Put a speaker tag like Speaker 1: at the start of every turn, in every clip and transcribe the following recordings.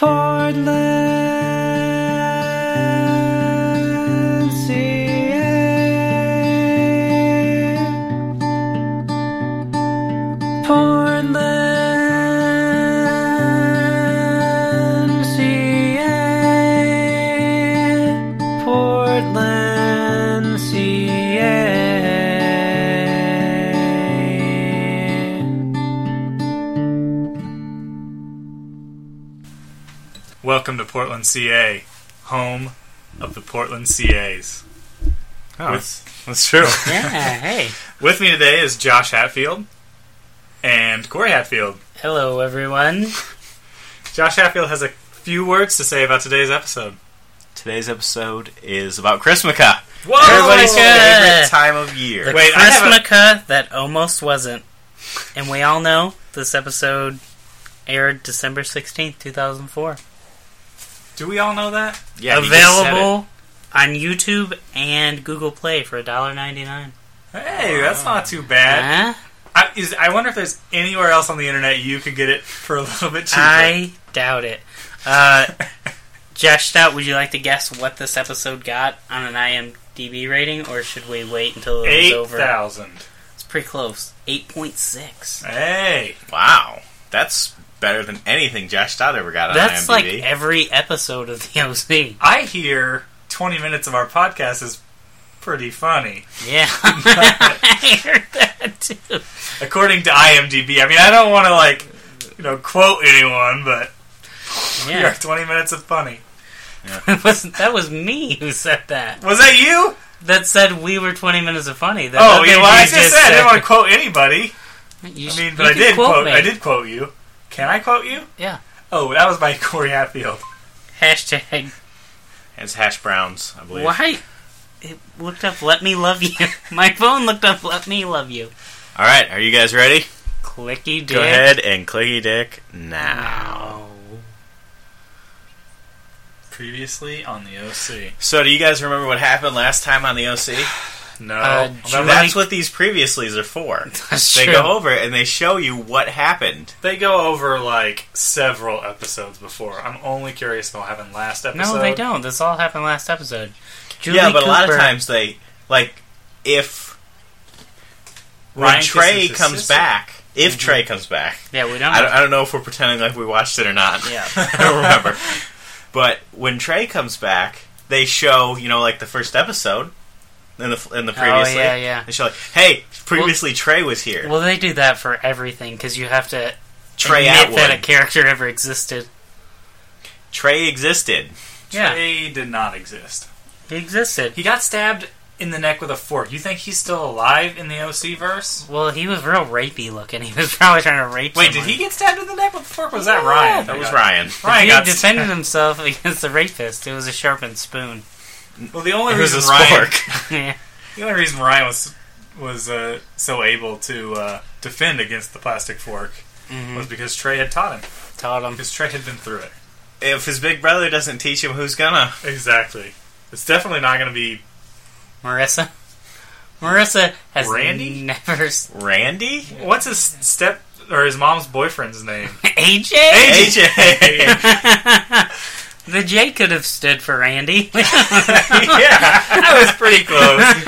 Speaker 1: Lord, Lancia. Portland, CA. Portland, CA.
Speaker 2: Welcome to Portland, CA, home of the Portland CAs.
Speaker 3: Oh,
Speaker 2: With- That's true.
Speaker 1: Yeah, hey.
Speaker 2: With me today is Josh Hatfield and Corey Hatfield.
Speaker 1: Hello, everyone.
Speaker 2: Josh Hatfield has a few words to say about today's episode.
Speaker 3: Today's episode is about Chrismica.
Speaker 2: Whoa!
Speaker 1: Oh.
Speaker 3: Everybody's
Speaker 1: yeah.
Speaker 3: favorite time of
Speaker 1: The
Speaker 3: year.
Speaker 2: Wait, I have a-
Speaker 1: Chrismica that almost wasn't. And we all know this episode aired December 16th, 2004.
Speaker 2: Do we all know that?
Speaker 3: Yeah, he just said
Speaker 1: Available on YouTube and Google Play for $1.99.
Speaker 2: Hey, that's not too bad.
Speaker 1: Huh?
Speaker 2: I, is, I wonder if there's anywhere else on the internet you could get it for a little bit cheaper.
Speaker 1: I doubt it. Uh, Josh Stout, would you like to guess what this episode got on an IMDb rating, or should we wait until it was
Speaker 2: Eight
Speaker 1: over?
Speaker 2: thousand.
Speaker 1: It's pretty close. 8.6.
Speaker 2: Hey,
Speaker 3: it. Wow, that's better than anything Josh Stott ever got on
Speaker 1: That's like
Speaker 3: Uh, IMDb.
Speaker 1: every episode of the OC.
Speaker 2: I hear twenty minutes of our podcast is pretty funny.
Speaker 1: Yeah. I heard that too.
Speaker 2: according to IMDb. I mean, I don't want to like, you know, quote anyone, but we are
Speaker 1: Yeah.
Speaker 2: 20 minutes of funny.
Speaker 1: It wasn't- that was me who said that.
Speaker 2: Was that you?
Speaker 1: That said we were 20 minutes of funny. That
Speaker 2: oh,
Speaker 1: other
Speaker 2: yeah. Well, I
Speaker 1: dude
Speaker 2: just said I didn't want to quote anybody.
Speaker 1: You
Speaker 2: I
Speaker 1: sh-
Speaker 2: mean,
Speaker 1: you
Speaker 2: but I
Speaker 1: can
Speaker 2: did quote.
Speaker 1: me.
Speaker 2: I did quote you. Can I quote you?
Speaker 1: Yeah.
Speaker 2: Oh, that was by Corey Hatfield.
Speaker 1: Hashtag.
Speaker 3: it's hash browns, I believe.
Speaker 1: Why? It looked up Let Me Love You. My phone looked up Let Me Love You.
Speaker 3: All right, are you guys ready?
Speaker 1: Clicky dick.
Speaker 3: Go ahead and clicky dick now.
Speaker 1: Ow.
Speaker 2: Previously on the OC.
Speaker 3: So, do you guys remember what happened last time on the OC?
Speaker 2: No. Oh,
Speaker 1: Uh,
Speaker 2: Although
Speaker 1: July-
Speaker 2: that-
Speaker 3: That's what these previouslys are for.
Speaker 1: That's
Speaker 3: they
Speaker 1: true.
Speaker 3: go over it and they show you what happened.
Speaker 2: they go over like several episodes before. I'm only curious about what happened last episode.
Speaker 1: No, they don't. This all happened last episode. Julie
Speaker 3: yeah, but a lot of
Speaker 1: Cooper-
Speaker 3: times they like if when
Speaker 2: Ryan
Speaker 3: Trey
Speaker 2: kisses his
Speaker 3: comes
Speaker 2: sister.
Speaker 3: back, if Trey comes back,
Speaker 1: Yeah, we Mm-hmm. don't.
Speaker 3: I don't, I don't know if we're pretending like we watched it or not.
Speaker 1: yeah.
Speaker 3: I don't remember. But when Trey comes back, they show you know like the first episode in the in the
Speaker 1: Oh,
Speaker 3: previously.
Speaker 1: yeah, yeah.
Speaker 3: They show like, hey, previously Trey was here.
Speaker 1: Well, they do that for everything because you have to
Speaker 3: Trey
Speaker 1: admit
Speaker 3: Atwood.
Speaker 1: that a character ever existed.
Speaker 3: Trey existed.
Speaker 1: Yeah,
Speaker 2: Trey did not exist.
Speaker 1: he existed.
Speaker 2: He got stabbed in the neck with a fork. You think he's still alive in the OC verse?
Speaker 1: Well, he was real rapey looking. He was probably trying to rape.
Speaker 2: Wait, did
Speaker 1: someone.
Speaker 2: he get stabbed in the neck with a fork? Was that
Speaker 1: Yeah.
Speaker 2: Ryan?
Speaker 3: That was Ryan.
Speaker 2: Ryan
Speaker 1: He
Speaker 2: got
Speaker 1: defended himself against the rapist. It was a sharpened spoon.
Speaker 2: Well, the only
Speaker 3: It was
Speaker 2: reason
Speaker 3: a
Speaker 2: Ryan,
Speaker 3: spork.
Speaker 1: yeah.
Speaker 2: the only reason Ryan was was uh, so able to uh, defend against the plastic fork
Speaker 3: Mm-hmm.
Speaker 2: was because Trey had taught him.
Speaker 1: Taught him.
Speaker 2: Because Trey had been through it.
Speaker 3: If his big brother doesn't teach him, who's gonna?
Speaker 2: Exactly. It's definitely not going to be.
Speaker 1: Marissa. Marissa has
Speaker 2: Randy?
Speaker 1: never s-
Speaker 3: Randy?
Speaker 2: What's his step or his mom's boyfriend's name?
Speaker 1: AJ.
Speaker 3: AJ. yeah.
Speaker 1: The J could have stood for Randy.
Speaker 3: That was pretty close.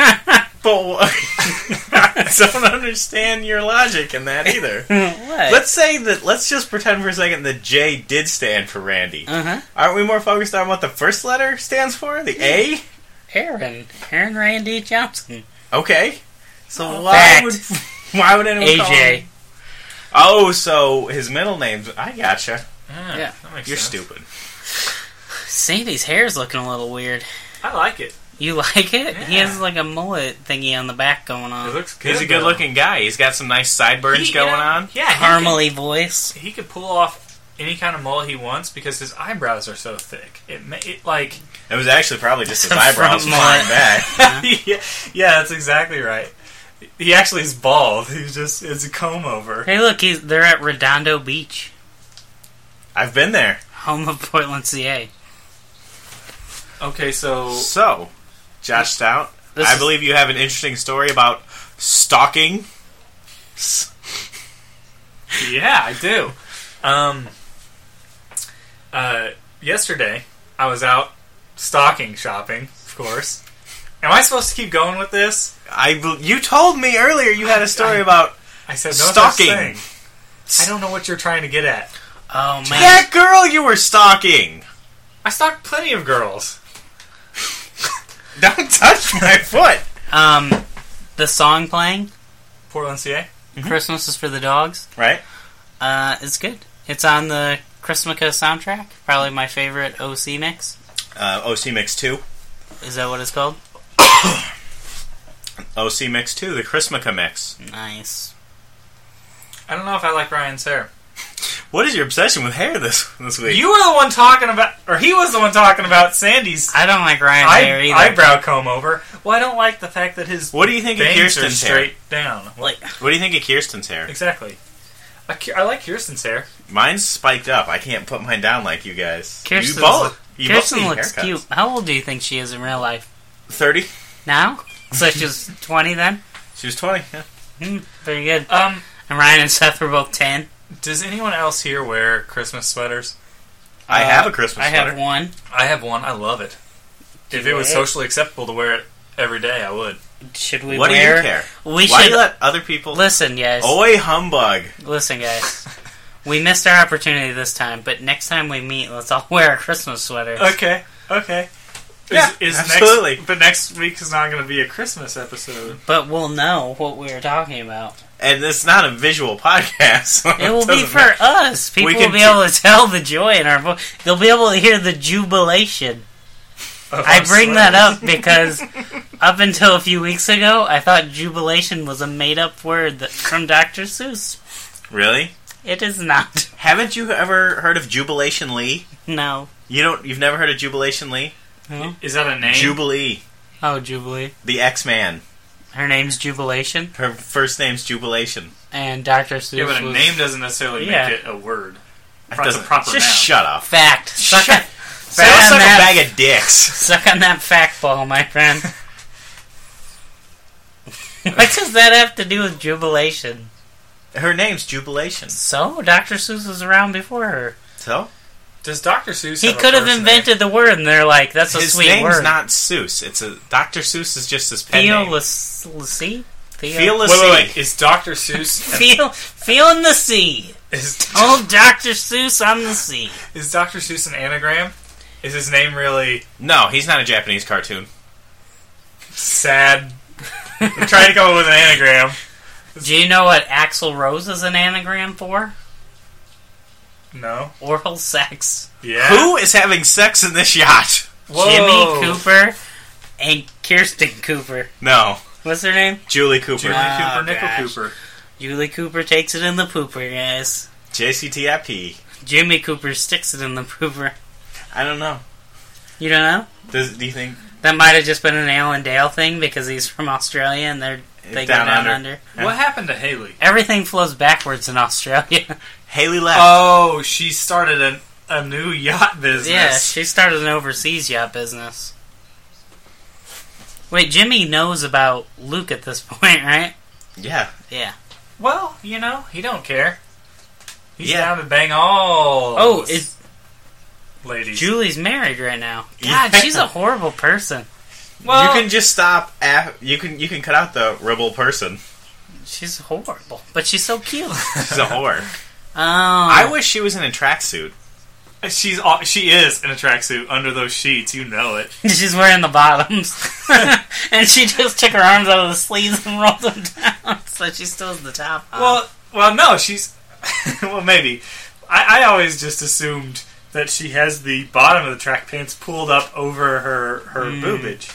Speaker 3: But I don't understand your logic in that either.
Speaker 1: what?
Speaker 3: Let's say that. Let's just pretend for a second that J did stand for Randy.
Speaker 1: uh huh.
Speaker 3: Aren't we more focused on what the first letter stands for? The A.
Speaker 1: Aaron. Aaron Randy Johnson.
Speaker 3: Okay. So why
Speaker 1: Fact.
Speaker 3: would why would anyone call
Speaker 1: AJ.
Speaker 3: him- Oh, so his middle name's. I gotcha.
Speaker 1: Yeah.
Speaker 2: that makes
Speaker 3: You're
Speaker 2: sense.
Speaker 3: stupid.
Speaker 1: Sandy's hair's looking a little weird.
Speaker 2: I like it.
Speaker 1: You like it? He
Speaker 2: Yeah.
Speaker 1: has like a mullet thingy on the back going
Speaker 2: It
Speaker 1: on.
Speaker 2: looks good.
Speaker 3: He's a good-looking guy. He's got some nice
Speaker 2: though.
Speaker 3: sideburns
Speaker 2: He-
Speaker 3: going
Speaker 2: you know,
Speaker 3: on.
Speaker 2: Yeah, he can-
Speaker 1: Harmony voice.
Speaker 2: he could pull off any kind of mole he wants because his eyebrows are so thick. It, ma- it like
Speaker 3: It was actually probably just his
Speaker 1: Some front
Speaker 3: eyebrows flying
Speaker 1: mullet.
Speaker 3: back.
Speaker 2: yeah. yeah, that's exactly right. He actually is bald. He's just it's a comb over.
Speaker 1: Hey, look, he's, they're at Redondo Beach,
Speaker 3: I've been there.
Speaker 1: home of Portland, CA.
Speaker 2: Okay, so
Speaker 3: So, Josh Stout,
Speaker 1: This
Speaker 3: I
Speaker 1: is-
Speaker 3: believe you have an interesting story about stalking. S-
Speaker 2: yeah, I do. Um, uh, yesterday I was out stocking shopping, of course. Am I supposed to keep going with this?
Speaker 4: I bel- you told me earlier you had a story
Speaker 2: I-
Speaker 4: about
Speaker 2: I said no such
Speaker 4: Stocking.
Speaker 2: thing. I don't know what you're trying to get at.
Speaker 1: Oh man.
Speaker 4: that girl you were stalking.
Speaker 2: I stocked plenty of girls.
Speaker 4: Don't touch my foot.
Speaker 1: Um, the song playing
Speaker 2: Portland, CA.
Speaker 1: "Christmas is for the Dogs"
Speaker 4: Right?
Speaker 1: uh, is good. It's on the Christmaka soundtrack. Probably my favorite OC mix.
Speaker 4: Uh, OC Mix 2.
Speaker 1: Is that what it's called?
Speaker 4: OC Mix 2, the Chrismica mix.
Speaker 1: Nice.
Speaker 2: I don't know if I like Ryan's hair.
Speaker 4: What is your obsession with hair this this week?
Speaker 2: You were the one talking about, or he was the one talking about Sandy's
Speaker 1: I don't like Ryan
Speaker 2: eye-
Speaker 1: Hair either.
Speaker 2: eyebrow comb over. Well, I don't like the fact that his
Speaker 4: what do you think of
Speaker 2: bangs are
Speaker 4: Kirsten's hair?
Speaker 2: straight down. Well,
Speaker 1: like,
Speaker 4: What do you think of Kirsten's hair?
Speaker 2: exactly. I, ki- I like Kirsten's hair.
Speaker 4: Mine's spiked up. I can't put mine down like you guys.
Speaker 1: Kirsten's
Speaker 4: you both. You
Speaker 1: Kirsten
Speaker 4: both need
Speaker 1: looks
Speaker 4: haircuts.
Speaker 1: cute. How old do you think she is in real life?
Speaker 4: Thirty.
Speaker 1: Now? So she's 20 then?
Speaker 4: She was twenty. Yeah.
Speaker 1: Hmm, very good.
Speaker 2: Um,
Speaker 1: And Ryan and Seth were both 10.
Speaker 2: does anyone else here wear Christmas sweaters?
Speaker 4: I
Speaker 1: Uh,
Speaker 4: have a Christmas
Speaker 1: I
Speaker 4: sweater.
Speaker 1: have one.
Speaker 2: I have one. I love it.
Speaker 1: Do
Speaker 2: if it
Speaker 1: you
Speaker 2: was
Speaker 1: wear it?
Speaker 2: socially acceptable to wear it every day, I would.
Speaker 1: Should we
Speaker 4: What do
Speaker 1: wear
Speaker 4: you care?
Speaker 1: We
Speaker 4: Why do
Speaker 1: should
Speaker 4: you let other people?
Speaker 1: listen, guys.
Speaker 4: Oi, humbug!
Speaker 1: Listen, guys. we missed our opportunity this time, but next time we meet, let's all wear our Christmas sweaters.
Speaker 2: Okay. Okay.
Speaker 4: Yeah, absolutely.
Speaker 2: Next, but next week is not going to be a Christmas episode.
Speaker 1: But we'll know what we were talking about.
Speaker 4: And it's not a visual podcast. so
Speaker 1: It will be
Speaker 4: doesn't
Speaker 1: for
Speaker 4: matter.
Speaker 1: us. People will
Speaker 4: can
Speaker 1: be
Speaker 4: t-
Speaker 1: able to tell the joy in our voice. They'll be able to hear the jubilation. I bring that up because up until a few weeks ago, I thought jubilation was a made-up word that, from Dr. Seuss.
Speaker 4: Really?
Speaker 1: It is not.
Speaker 4: Haven't you ever heard of Jubilation Lee?
Speaker 1: No.
Speaker 4: You don't. You've never heard of Jubilation Lee?
Speaker 2: Is that a name?
Speaker 4: Jubilee,
Speaker 1: Oh, Jubilee.
Speaker 4: the X Man.
Speaker 1: Her name's Jubilation,
Speaker 4: Her first name's Jubilation.
Speaker 1: and Dr. Seuss
Speaker 2: yeah, but a
Speaker 1: was-
Speaker 2: name doesn't necessarily
Speaker 1: Yeah.
Speaker 2: make it a word.
Speaker 4: That
Speaker 2: That's a
Speaker 4: doesn't-
Speaker 2: proper
Speaker 4: Just
Speaker 2: noun.
Speaker 4: shut up.
Speaker 1: Fact. Suck,
Speaker 4: Shut-
Speaker 1: suck
Speaker 4: Sounds
Speaker 1: on
Speaker 4: like
Speaker 1: that,
Speaker 4: a bag of dicks.
Speaker 1: suck on that fact ball, my friend. what does that have to do with Jubilation?
Speaker 4: Her name's Jubilation.
Speaker 1: So, Dr. Seuss was around before her.
Speaker 4: So
Speaker 2: Does Dr. Seuss?
Speaker 1: He
Speaker 2: have a
Speaker 1: could have
Speaker 2: first name?
Speaker 1: invented the word, and they're like, that's a
Speaker 4: his
Speaker 1: sweet
Speaker 4: name's
Speaker 1: word.
Speaker 4: not Seuss. It's a Dr. Seuss is just his pen
Speaker 1: Theo Lac-
Speaker 4: name.
Speaker 1: Lacy? Theo?
Speaker 4: Feel the
Speaker 2: Wait, wait,
Speaker 4: sea.
Speaker 2: wait. Is Dr. Seuss?
Speaker 1: Feel, feeling the sea.
Speaker 2: is,
Speaker 1: Old Dr. Seuss on the sea.
Speaker 2: is Dr. Seuss an anagram? Is his name really
Speaker 4: No, he's not a Japanese cartoon.
Speaker 2: sad? I'm trying to come up with an anagram.
Speaker 1: Do you know what Axl Rose is an anagram for?
Speaker 2: No.
Speaker 1: Oral sex.
Speaker 2: Yeah.
Speaker 4: Who is having sex in this yacht?
Speaker 2: Whoa.
Speaker 1: Jimmy Cooper and Kirsten Cooper.
Speaker 4: No,
Speaker 1: What's her name?
Speaker 4: Julie Cooper.
Speaker 2: Julie
Speaker 1: Ah,
Speaker 2: Cooper, Nickel
Speaker 1: gosh.
Speaker 2: Cooper.
Speaker 1: Julie Cooper takes it in the pooper, guys.
Speaker 4: JCTIP.
Speaker 1: Jimmy Cooper sticks it in the pooper.
Speaker 4: I don't know.
Speaker 1: You don't know?
Speaker 4: Does, do you think
Speaker 1: That might have just been an Alan Dale thing because he's from Australia and they're they go
Speaker 4: Down
Speaker 1: down under.
Speaker 4: Under. Yeah.
Speaker 2: What happened to Haley?
Speaker 1: Everything flows backwards in Australia.
Speaker 4: Haley left?
Speaker 2: Oh, she started a, a new yacht business.
Speaker 1: yeah, she started an overseas yacht business. Wait, Jimmy knows about Luke at this point, right?
Speaker 4: yeah,
Speaker 1: Yeah.
Speaker 2: Well, you know, he don't care. He's
Speaker 4: Yeah.
Speaker 2: down to bang all.
Speaker 1: Oh,
Speaker 2: those
Speaker 1: is
Speaker 2: ladies.
Speaker 1: Julie's married right now?
Speaker 4: Yeah.
Speaker 1: God, she's a horrible person.
Speaker 2: well,
Speaker 4: you can just stop. Af- you can you can cut out the rebel person.
Speaker 1: She's horrible, but she's so cute. Um, oh,
Speaker 4: She's a whore. I
Speaker 1: I
Speaker 4: wish she was in a tracksuit.
Speaker 2: she's all, she is in a tracksuit under those sheets. You know it.
Speaker 1: she's wearing the bottoms, and she just took her arms out of the sleeves and rolled them down, so she still has the top. on.
Speaker 2: Uh, Well, well, no, she's well, maybe. I, I always just assumed that she has the bottom of the track pants pulled up over her her boobage.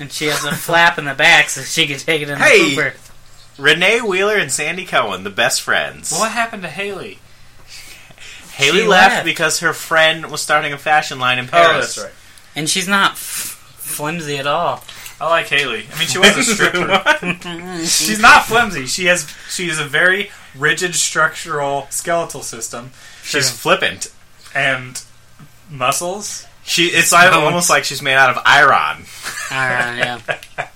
Speaker 1: and she has a flap in the back, so she can take it in
Speaker 4: Hey!
Speaker 1: the pooper.
Speaker 4: Renee Wheeler and Sandy Cohen, the best friends.
Speaker 2: Well, what happened to Haley?
Speaker 4: Haley
Speaker 1: She
Speaker 4: left,
Speaker 1: left. Oh,
Speaker 4: because her friend was starting a fashion line in Paris.
Speaker 1: And she's not f- flimsy at all.
Speaker 2: I like Haley. I mean, she was a stripper. She's not flimsy. She has she has a very rigid structural skeletal system
Speaker 4: She's flippant.
Speaker 2: and muscles.
Speaker 4: She it's like,
Speaker 2: No.
Speaker 4: almost like she's made out of iron.
Speaker 1: All right, yeah.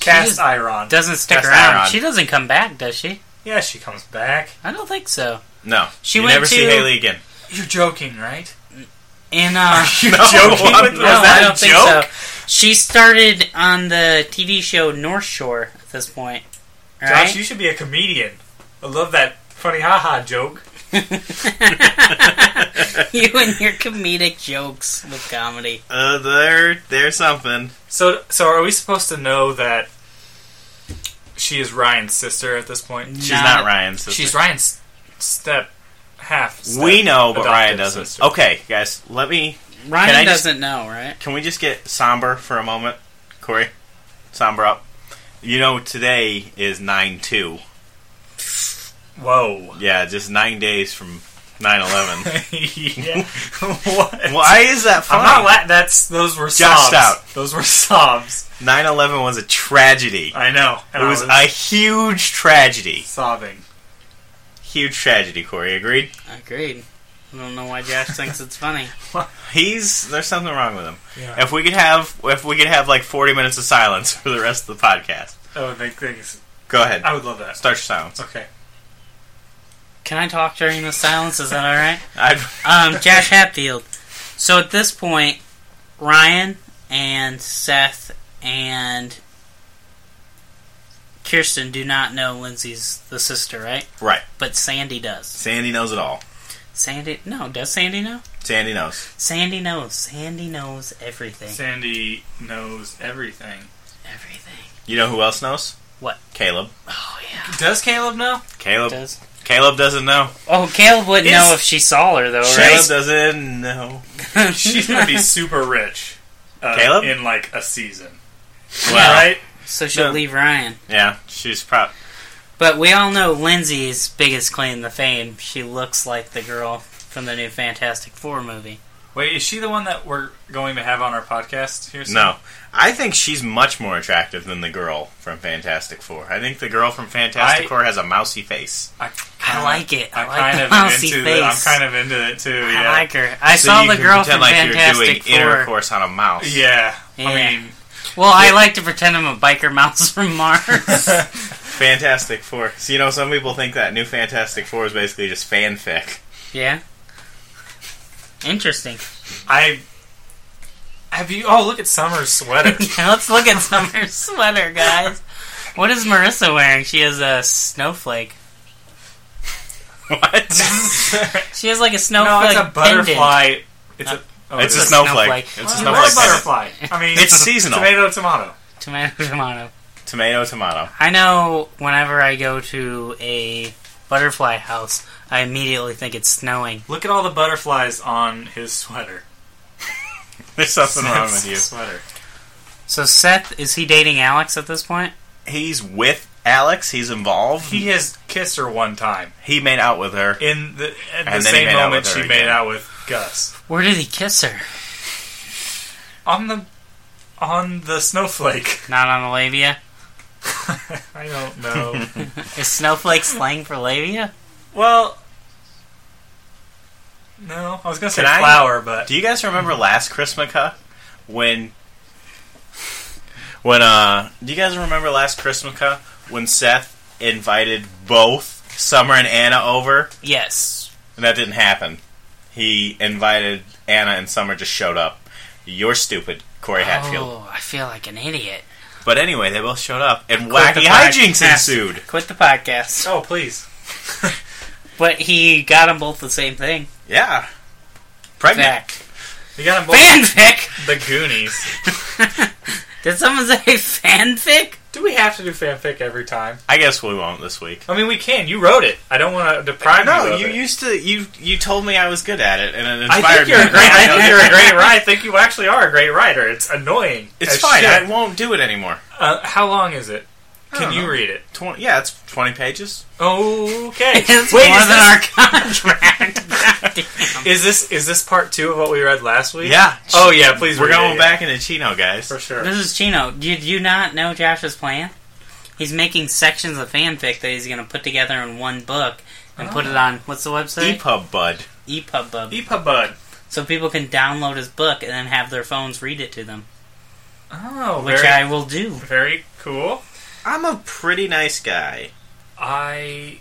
Speaker 2: Cast
Speaker 1: is-
Speaker 2: iron.
Speaker 1: Doesn't stick
Speaker 4: Cast
Speaker 1: around.
Speaker 4: iron.
Speaker 1: She doesn't come back, does she?
Speaker 2: yeah, she comes back.
Speaker 1: I don't think so.
Speaker 4: No,
Speaker 1: She
Speaker 4: you
Speaker 1: went
Speaker 4: never see
Speaker 1: to-
Speaker 4: Haley again.
Speaker 2: You're joking, right?
Speaker 1: And uh,
Speaker 2: You
Speaker 4: No,
Speaker 2: joking?
Speaker 4: I'm-
Speaker 2: with-
Speaker 1: no,
Speaker 2: was that
Speaker 1: I
Speaker 2: a
Speaker 1: don't think
Speaker 2: joke?
Speaker 1: so. She started on the TV show North Shore at this point. Right?
Speaker 2: Josh, you should be a comedian. I love that funny haha joke.
Speaker 1: you and your comedic jokes with comedy.
Speaker 4: Uh, they're, they're something.
Speaker 2: So, so are we supposed to know that she is Ryan's sister at this point?
Speaker 4: She's
Speaker 1: Nah.
Speaker 4: not Ryan's sister.
Speaker 2: She's Ryan's step half. step
Speaker 4: we know, but
Speaker 2: adopted
Speaker 4: Ryan doesn't.
Speaker 2: sister.
Speaker 4: Okay, guys, let me. Can I
Speaker 1: Ryan
Speaker 4: just-
Speaker 1: doesn't know, right?
Speaker 4: Can we just get somber for a moment, Corey? Somber up. You know, today is nine two.
Speaker 2: Whoa.
Speaker 4: Yeah, just nine days from 9-11.
Speaker 2: yeah. what?
Speaker 4: Why is that
Speaker 2: I'm not.
Speaker 4: funny?
Speaker 2: La- that's those were
Speaker 4: Just
Speaker 2: sobs.
Speaker 4: out.
Speaker 2: Those were sobs.
Speaker 4: 9-11 was a tragedy.
Speaker 2: I know. And
Speaker 4: It
Speaker 2: I
Speaker 4: was a huge tragedy.
Speaker 2: sobbing.
Speaker 4: Huge tragedy, Corey. Agreed?
Speaker 1: Agreed. I don't know why Josh thinks it's funny.
Speaker 4: He's there's something wrong with him.
Speaker 2: Yeah.
Speaker 4: If we could have if we could have like 40 minutes of silence for the rest of the podcast.
Speaker 2: I would make things.
Speaker 4: Go ahead.
Speaker 2: Oh, I would love that.
Speaker 4: Start your silence.
Speaker 2: Okay.
Speaker 1: Can I talk during the silence? Is that all right?
Speaker 4: I'd,
Speaker 1: Um, Josh Hatfield. So at this point, Ryan and Seth and Kirsten do not know Lindsay's the sister, right?
Speaker 4: right.
Speaker 1: But Sandy does.
Speaker 4: Sandy knows it all.
Speaker 1: Sandy, no, does Sandy know?
Speaker 4: Sandy knows.
Speaker 1: Sandy knows. Sandy knows everything.
Speaker 2: Sandy knows everything.
Speaker 1: Everything.
Speaker 4: You know who else knows?
Speaker 1: What?
Speaker 4: Caleb.
Speaker 1: Oh yeah.
Speaker 2: Does Caleb know?
Speaker 4: Caleb.
Speaker 1: Does.
Speaker 4: Caleb doesn't know.
Speaker 1: Oh, Caleb would
Speaker 2: Is-
Speaker 1: know if she saw her though,
Speaker 4: Caleb doesn't know.
Speaker 1: right?
Speaker 2: She's gonna be super rich. Uh,
Speaker 4: Caleb?
Speaker 2: in like a season,
Speaker 4: Well,
Speaker 2: right?
Speaker 1: so she'll
Speaker 4: No.
Speaker 1: leave Ryan.
Speaker 4: Yeah, she's prob.
Speaker 1: But we all know Lindsay's biggest claim to fame. She looks like the girl from the new Fantastic Four movie.
Speaker 2: Wait, is she the one that we're going to have on our podcast here? soon?
Speaker 4: No, I think she's much more attractive than the girl from Fantastic Four. I think the girl from Fantastic
Speaker 2: I-
Speaker 4: Four has a mousy face.
Speaker 2: I,
Speaker 1: I
Speaker 2: kinda-
Speaker 1: like it. I
Speaker 2: I'm
Speaker 1: like
Speaker 2: kind
Speaker 1: the
Speaker 2: of
Speaker 1: mousy
Speaker 2: into
Speaker 1: face.
Speaker 2: that. I'm kind of into uh, it too.
Speaker 1: I
Speaker 2: Yeah.
Speaker 1: like her. I
Speaker 4: So
Speaker 1: saw
Speaker 4: you
Speaker 1: the
Speaker 4: can
Speaker 1: girl
Speaker 4: pretend
Speaker 1: from
Speaker 4: like
Speaker 1: Fantastic
Speaker 4: you're doing
Speaker 1: Four.
Speaker 4: intercourse on a mouse.
Speaker 2: Yeah.
Speaker 1: Yeah.
Speaker 2: I mean,
Speaker 1: Well, I like to pretend I'm a biker mouse from Mars.
Speaker 4: Fantastic Four. So you know, some people think that new Fantastic Four is basically just fanfic.
Speaker 1: yeah. Interesting.
Speaker 2: I have you. Oh, look at Summer's sweater.
Speaker 1: Yeah, let's look at Summer's sweater, guys. What is Marissa wearing? She has a snowflake.
Speaker 4: What?
Speaker 1: She has like a snowflake.
Speaker 2: no, it's a
Speaker 1: pendant.
Speaker 2: butterfly. It's a. Oh,
Speaker 4: Uh, it's
Speaker 1: It's
Speaker 4: a
Speaker 1: a
Speaker 4: snowflake.
Speaker 1: snowflake.
Speaker 4: It's a
Speaker 2: Well, we're
Speaker 4: snowflake.
Speaker 2: a butterfly. I mean,
Speaker 4: It's seasonal.
Speaker 2: Tomato, tomato.
Speaker 1: Tomato, tomato.
Speaker 4: Tomato, tomato.
Speaker 1: I know whenever I go to a butterfly house, I immediately think it's snowing.
Speaker 2: Look at all the butterflies on his sweater.
Speaker 4: There's something wrong with
Speaker 2: Seth's
Speaker 4: you.
Speaker 2: Sweater.
Speaker 1: So Seth, is he dating Alex at this point?
Speaker 4: He's with Alex. He's involved.
Speaker 2: He
Speaker 4: He,
Speaker 2: has kissed her one time
Speaker 4: made out with her.
Speaker 2: in the at the
Speaker 4: And then he
Speaker 2: same
Speaker 4: made out
Speaker 2: moment
Speaker 4: with
Speaker 2: she
Speaker 4: her
Speaker 2: made
Speaker 4: again.
Speaker 2: out with Gus
Speaker 1: Where did he kiss her?
Speaker 2: on the on the snowflake.
Speaker 1: Not on the labia.
Speaker 2: I don't know.
Speaker 1: Is snowflake slang for labia?
Speaker 2: well, no, I was gonna say
Speaker 4: Can I-
Speaker 2: flower, but
Speaker 4: Do you guys remember last Christmaka when when uh do you guys remember last Christmaka when Seth invited both Summer and Anna over
Speaker 1: Yes.
Speaker 4: and that didn't happen. He invited Anna and Summer just showed up. You're stupid, Corey Hatfield.
Speaker 1: Oh, I feel like an idiot.
Speaker 4: But anyway, they both showed up and
Speaker 1: Quit the
Speaker 4: wacky
Speaker 1: pod-
Speaker 4: hijinks
Speaker 1: Yeah.
Speaker 4: ensued.
Speaker 1: Quit the podcast.
Speaker 2: oh please,
Speaker 1: But he got them both the same thing.
Speaker 4: Yeah. Pregnant.
Speaker 1: Fact.
Speaker 2: you got 'em both
Speaker 1: Fanfic.
Speaker 2: the Goonies.
Speaker 1: Did someone say fanfic?
Speaker 2: Do we have to do fanfic every time?
Speaker 4: I guess we won't this week.
Speaker 2: I mean, we can. You wrote it. I don't want to deprive you
Speaker 4: No,
Speaker 2: of
Speaker 4: you
Speaker 2: it.
Speaker 4: used to you you told me I was good at it and it
Speaker 2: I
Speaker 4: inspired
Speaker 2: think you're
Speaker 4: me.
Speaker 2: a great. I
Speaker 4: Now
Speaker 2: think you're a great writer. I think you actually are a great writer. It's annoying.
Speaker 4: It's
Speaker 2: as
Speaker 4: fine. I
Speaker 2: shit.
Speaker 4: won't do it anymore.
Speaker 2: Uh, how long is it?
Speaker 4: I
Speaker 2: Can
Speaker 4: don't
Speaker 2: you
Speaker 4: know.
Speaker 2: read it?
Speaker 4: Twenty. Yeah, it's twenty pages.
Speaker 2: Okay.
Speaker 1: It's
Speaker 2: Wait,
Speaker 1: more
Speaker 2: is
Speaker 1: than
Speaker 2: this,
Speaker 1: our contract. Goddamn.
Speaker 2: is this is this part two of what we read last week?
Speaker 4: Yeah.
Speaker 2: Oh yeah, please.
Speaker 4: We're
Speaker 2: read
Speaker 4: going
Speaker 2: it,
Speaker 4: back into Chino, guys.
Speaker 2: for sure.
Speaker 1: This is Chino. Did you not know Josh's plan? He's making sections of fanfic that he's going to put together in one book and put
Speaker 2: Oh.
Speaker 1: it on what's the website? E
Speaker 4: EPUB Bud.
Speaker 2: E
Speaker 1: EPUB.
Speaker 2: Epa Bud.
Speaker 1: So people can download his book and then have their phones read it to them,
Speaker 2: Oh,
Speaker 1: which
Speaker 2: very,
Speaker 1: I will do.
Speaker 2: very cool.
Speaker 4: I'm a pretty nice guy.
Speaker 2: I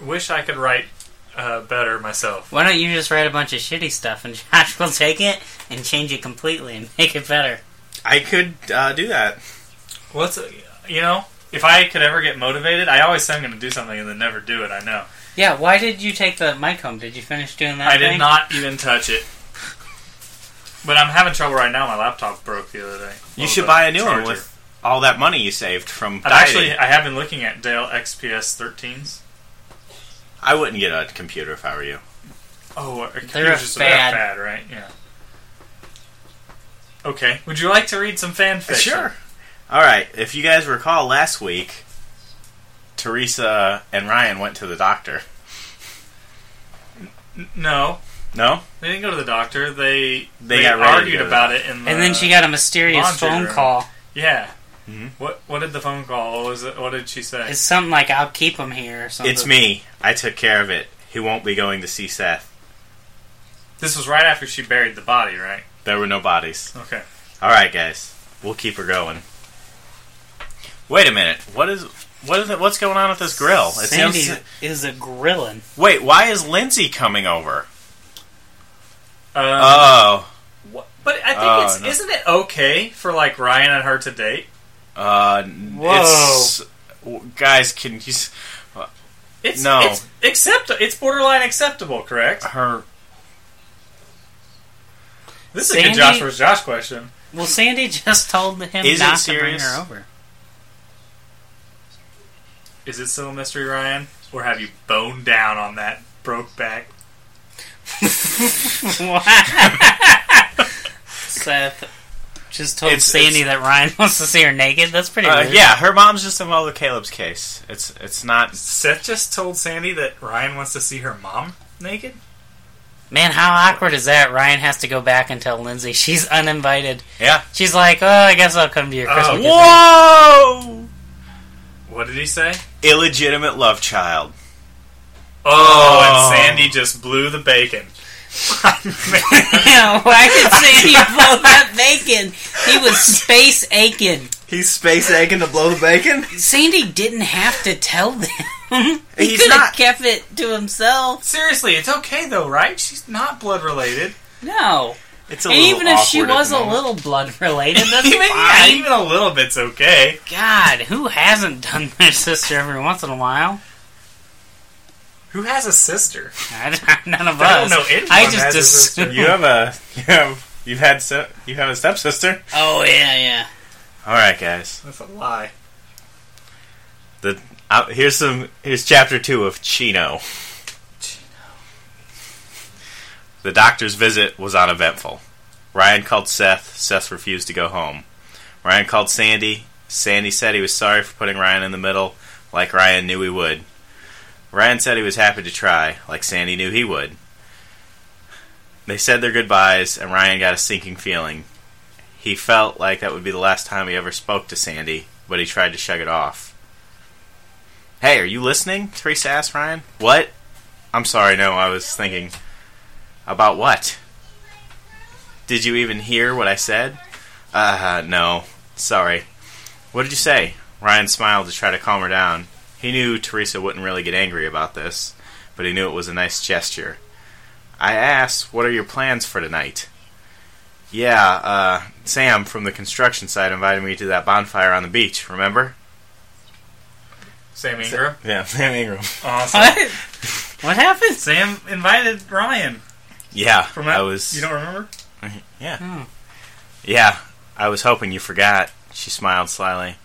Speaker 2: wish I could write uh, better myself.
Speaker 1: Why don't you just write a bunch of shitty stuff and Josh will take it and change it completely and make it better?
Speaker 4: I could uh, do that.
Speaker 2: What's you know, if I could ever get motivated, I always say I'm going to do something and then never do it. I know.
Speaker 1: Yeah, why did you take the mic home? Did you finish doing that?
Speaker 2: I did
Speaker 1: thing?
Speaker 2: not even touch it. But I'm having trouble right now. My laptop broke the other day.
Speaker 4: You
Speaker 2: Well,
Speaker 4: should
Speaker 2: the
Speaker 4: buy a new one
Speaker 2: charger.
Speaker 4: with all that money you saved from
Speaker 2: I've
Speaker 4: dieting.
Speaker 2: actually I have been looking at Dell XPS 13s.
Speaker 4: I wouldn't get a computer if I were you.
Speaker 2: Oh, are
Speaker 1: They're a
Speaker 2: computers just about
Speaker 1: fad.
Speaker 2: fad, right? Yeah. Okay. Would you like to read some fan fiction?
Speaker 4: Sure. All right. If you guys recall last week, Teresa and Ryan went to the doctor.
Speaker 2: N- No,
Speaker 4: No,
Speaker 2: they didn't go to the doctor. They
Speaker 4: They
Speaker 2: they,
Speaker 4: got ready to
Speaker 2: argued
Speaker 4: go to
Speaker 2: about it, in the,
Speaker 1: And then she got a mysterious
Speaker 2: uh, laundry
Speaker 1: phone
Speaker 2: room.
Speaker 1: call.
Speaker 2: yeah.
Speaker 4: Mhm.
Speaker 2: What what did the phone call? What was it? What did she say?
Speaker 1: It's something like I'll keep him here or something.
Speaker 4: it's me. I took care of it. He won't be going to E see Seth.
Speaker 2: this was right after she buried the body, right?
Speaker 4: There were no bodies.
Speaker 2: Okay.
Speaker 4: All right, guys. We'll keep her going. Wait a minute. What is what is it? What's going on with this grill? It
Speaker 1: Sandy
Speaker 4: seems.
Speaker 1: is a grillin.
Speaker 4: Wait. Why is Lindsay coming over?
Speaker 2: Um,
Speaker 4: Oh.
Speaker 2: wha- but I think
Speaker 4: oh,
Speaker 2: it's
Speaker 4: no.
Speaker 2: isn't it okay for like Ryan and her to date?
Speaker 4: Uh.
Speaker 1: Whoa.
Speaker 4: It's, w- guys, can you? s-
Speaker 2: It's
Speaker 4: No.
Speaker 2: It's accept. It's borderline acceptable, correct?
Speaker 4: Her.
Speaker 2: This is a
Speaker 1: Sandy-
Speaker 2: good Josh versus Josh question.
Speaker 1: Well, Sandy just told him
Speaker 4: Is it
Speaker 1: not to bring
Speaker 4: serious?
Speaker 1: her over.
Speaker 2: Is it still a mystery, Ryan? Or have you boned down on that broke back?
Speaker 1: What? Seth just told
Speaker 4: It's-
Speaker 1: Sandy
Speaker 4: it's-
Speaker 1: that Ryan wants to see her naked. That's pretty
Speaker 4: Uh,
Speaker 1: rude.
Speaker 4: yeah, her mom's just involved with Caleb's case. It's it's not
Speaker 2: Seth just told Sandy that Ryan wants to see her mom naked?
Speaker 1: Man, how awkward is that? Ryan has to go back and tell Lindsay she's uninvited.
Speaker 4: Yeah.
Speaker 1: She's like, oh, I guess I'll come to your
Speaker 2: Oh,
Speaker 1: Christmas. dinner."
Speaker 4: Uh, Whoa!
Speaker 2: What did he say?
Speaker 4: Illegitimate love child.
Speaker 2: Oh,
Speaker 4: Oh.
Speaker 2: and Sandy just blew the bacon.
Speaker 1: Yeah, Why did Sandy blow that bacon? He was space aching.
Speaker 4: He's space egging to blow the bacon?
Speaker 1: Sandy didn't have to tell them. he
Speaker 4: He's
Speaker 1: could have
Speaker 4: not-
Speaker 1: kept it to himself.
Speaker 2: Seriously, it's okay though, right? She's not blood related.
Speaker 1: No.
Speaker 4: It's a
Speaker 1: And
Speaker 4: little
Speaker 1: even if she
Speaker 4: awkward at
Speaker 1: was
Speaker 4: the
Speaker 1: a
Speaker 4: moment.
Speaker 1: little blood related, that's
Speaker 2: even, yeah,
Speaker 1: fine.
Speaker 2: even a little bit's okay.
Speaker 1: God, who hasn't done their sister every once in a while?
Speaker 2: Who has a sister?
Speaker 1: I don't- None of
Speaker 2: I
Speaker 1: us.
Speaker 2: don't know anyone
Speaker 1: I just
Speaker 2: has a sister.
Speaker 1: assume.
Speaker 4: You have a you have you've had se- you have a stepsister.
Speaker 1: Oh yeah, yeah.
Speaker 4: All right, guys.
Speaker 2: That's a lie.
Speaker 4: The uh, here's some here's chapter two of Chino. The doctor's visit was uneventful. Ryan called Seth. Seth refused to go home. Ryan called Sandy. Sandy said he was sorry for putting Ryan in the middle, like Ryan knew he would. Ryan said he was happy to try, like Sandy knew he would. They said their goodbyes, and Ryan got a sinking feeling. He felt like that would be the last time he ever spoke to Sandy, but he tried to shug it off. Hey, are you listening? Teresa asked Ryan. What? I'm sorry, no, I was thinking. About what? Did you even hear what I said? Uh, no. Sorry. What did you say? Ryan smiled to try to calm her down. He knew Teresa wouldn't really get angry about this, but he knew it was a nice gesture. I asked, What are your plans for tonight? Yeah, uh, Sam from the construction site invited me to that bonfire on the beach, remember?
Speaker 2: Sam Ingram.
Speaker 4: Yeah, Sam Ingram.
Speaker 2: Awesome.
Speaker 1: What? What happened?
Speaker 2: Sam invited Ryan
Speaker 4: Yeah,
Speaker 2: from that.
Speaker 4: I was.
Speaker 2: You don't remember?
Speaker 4: Yeah.
Speaker 1: Hmm.
Speaker 4: Yeah, I was hoping you forgot. She smiled slyly.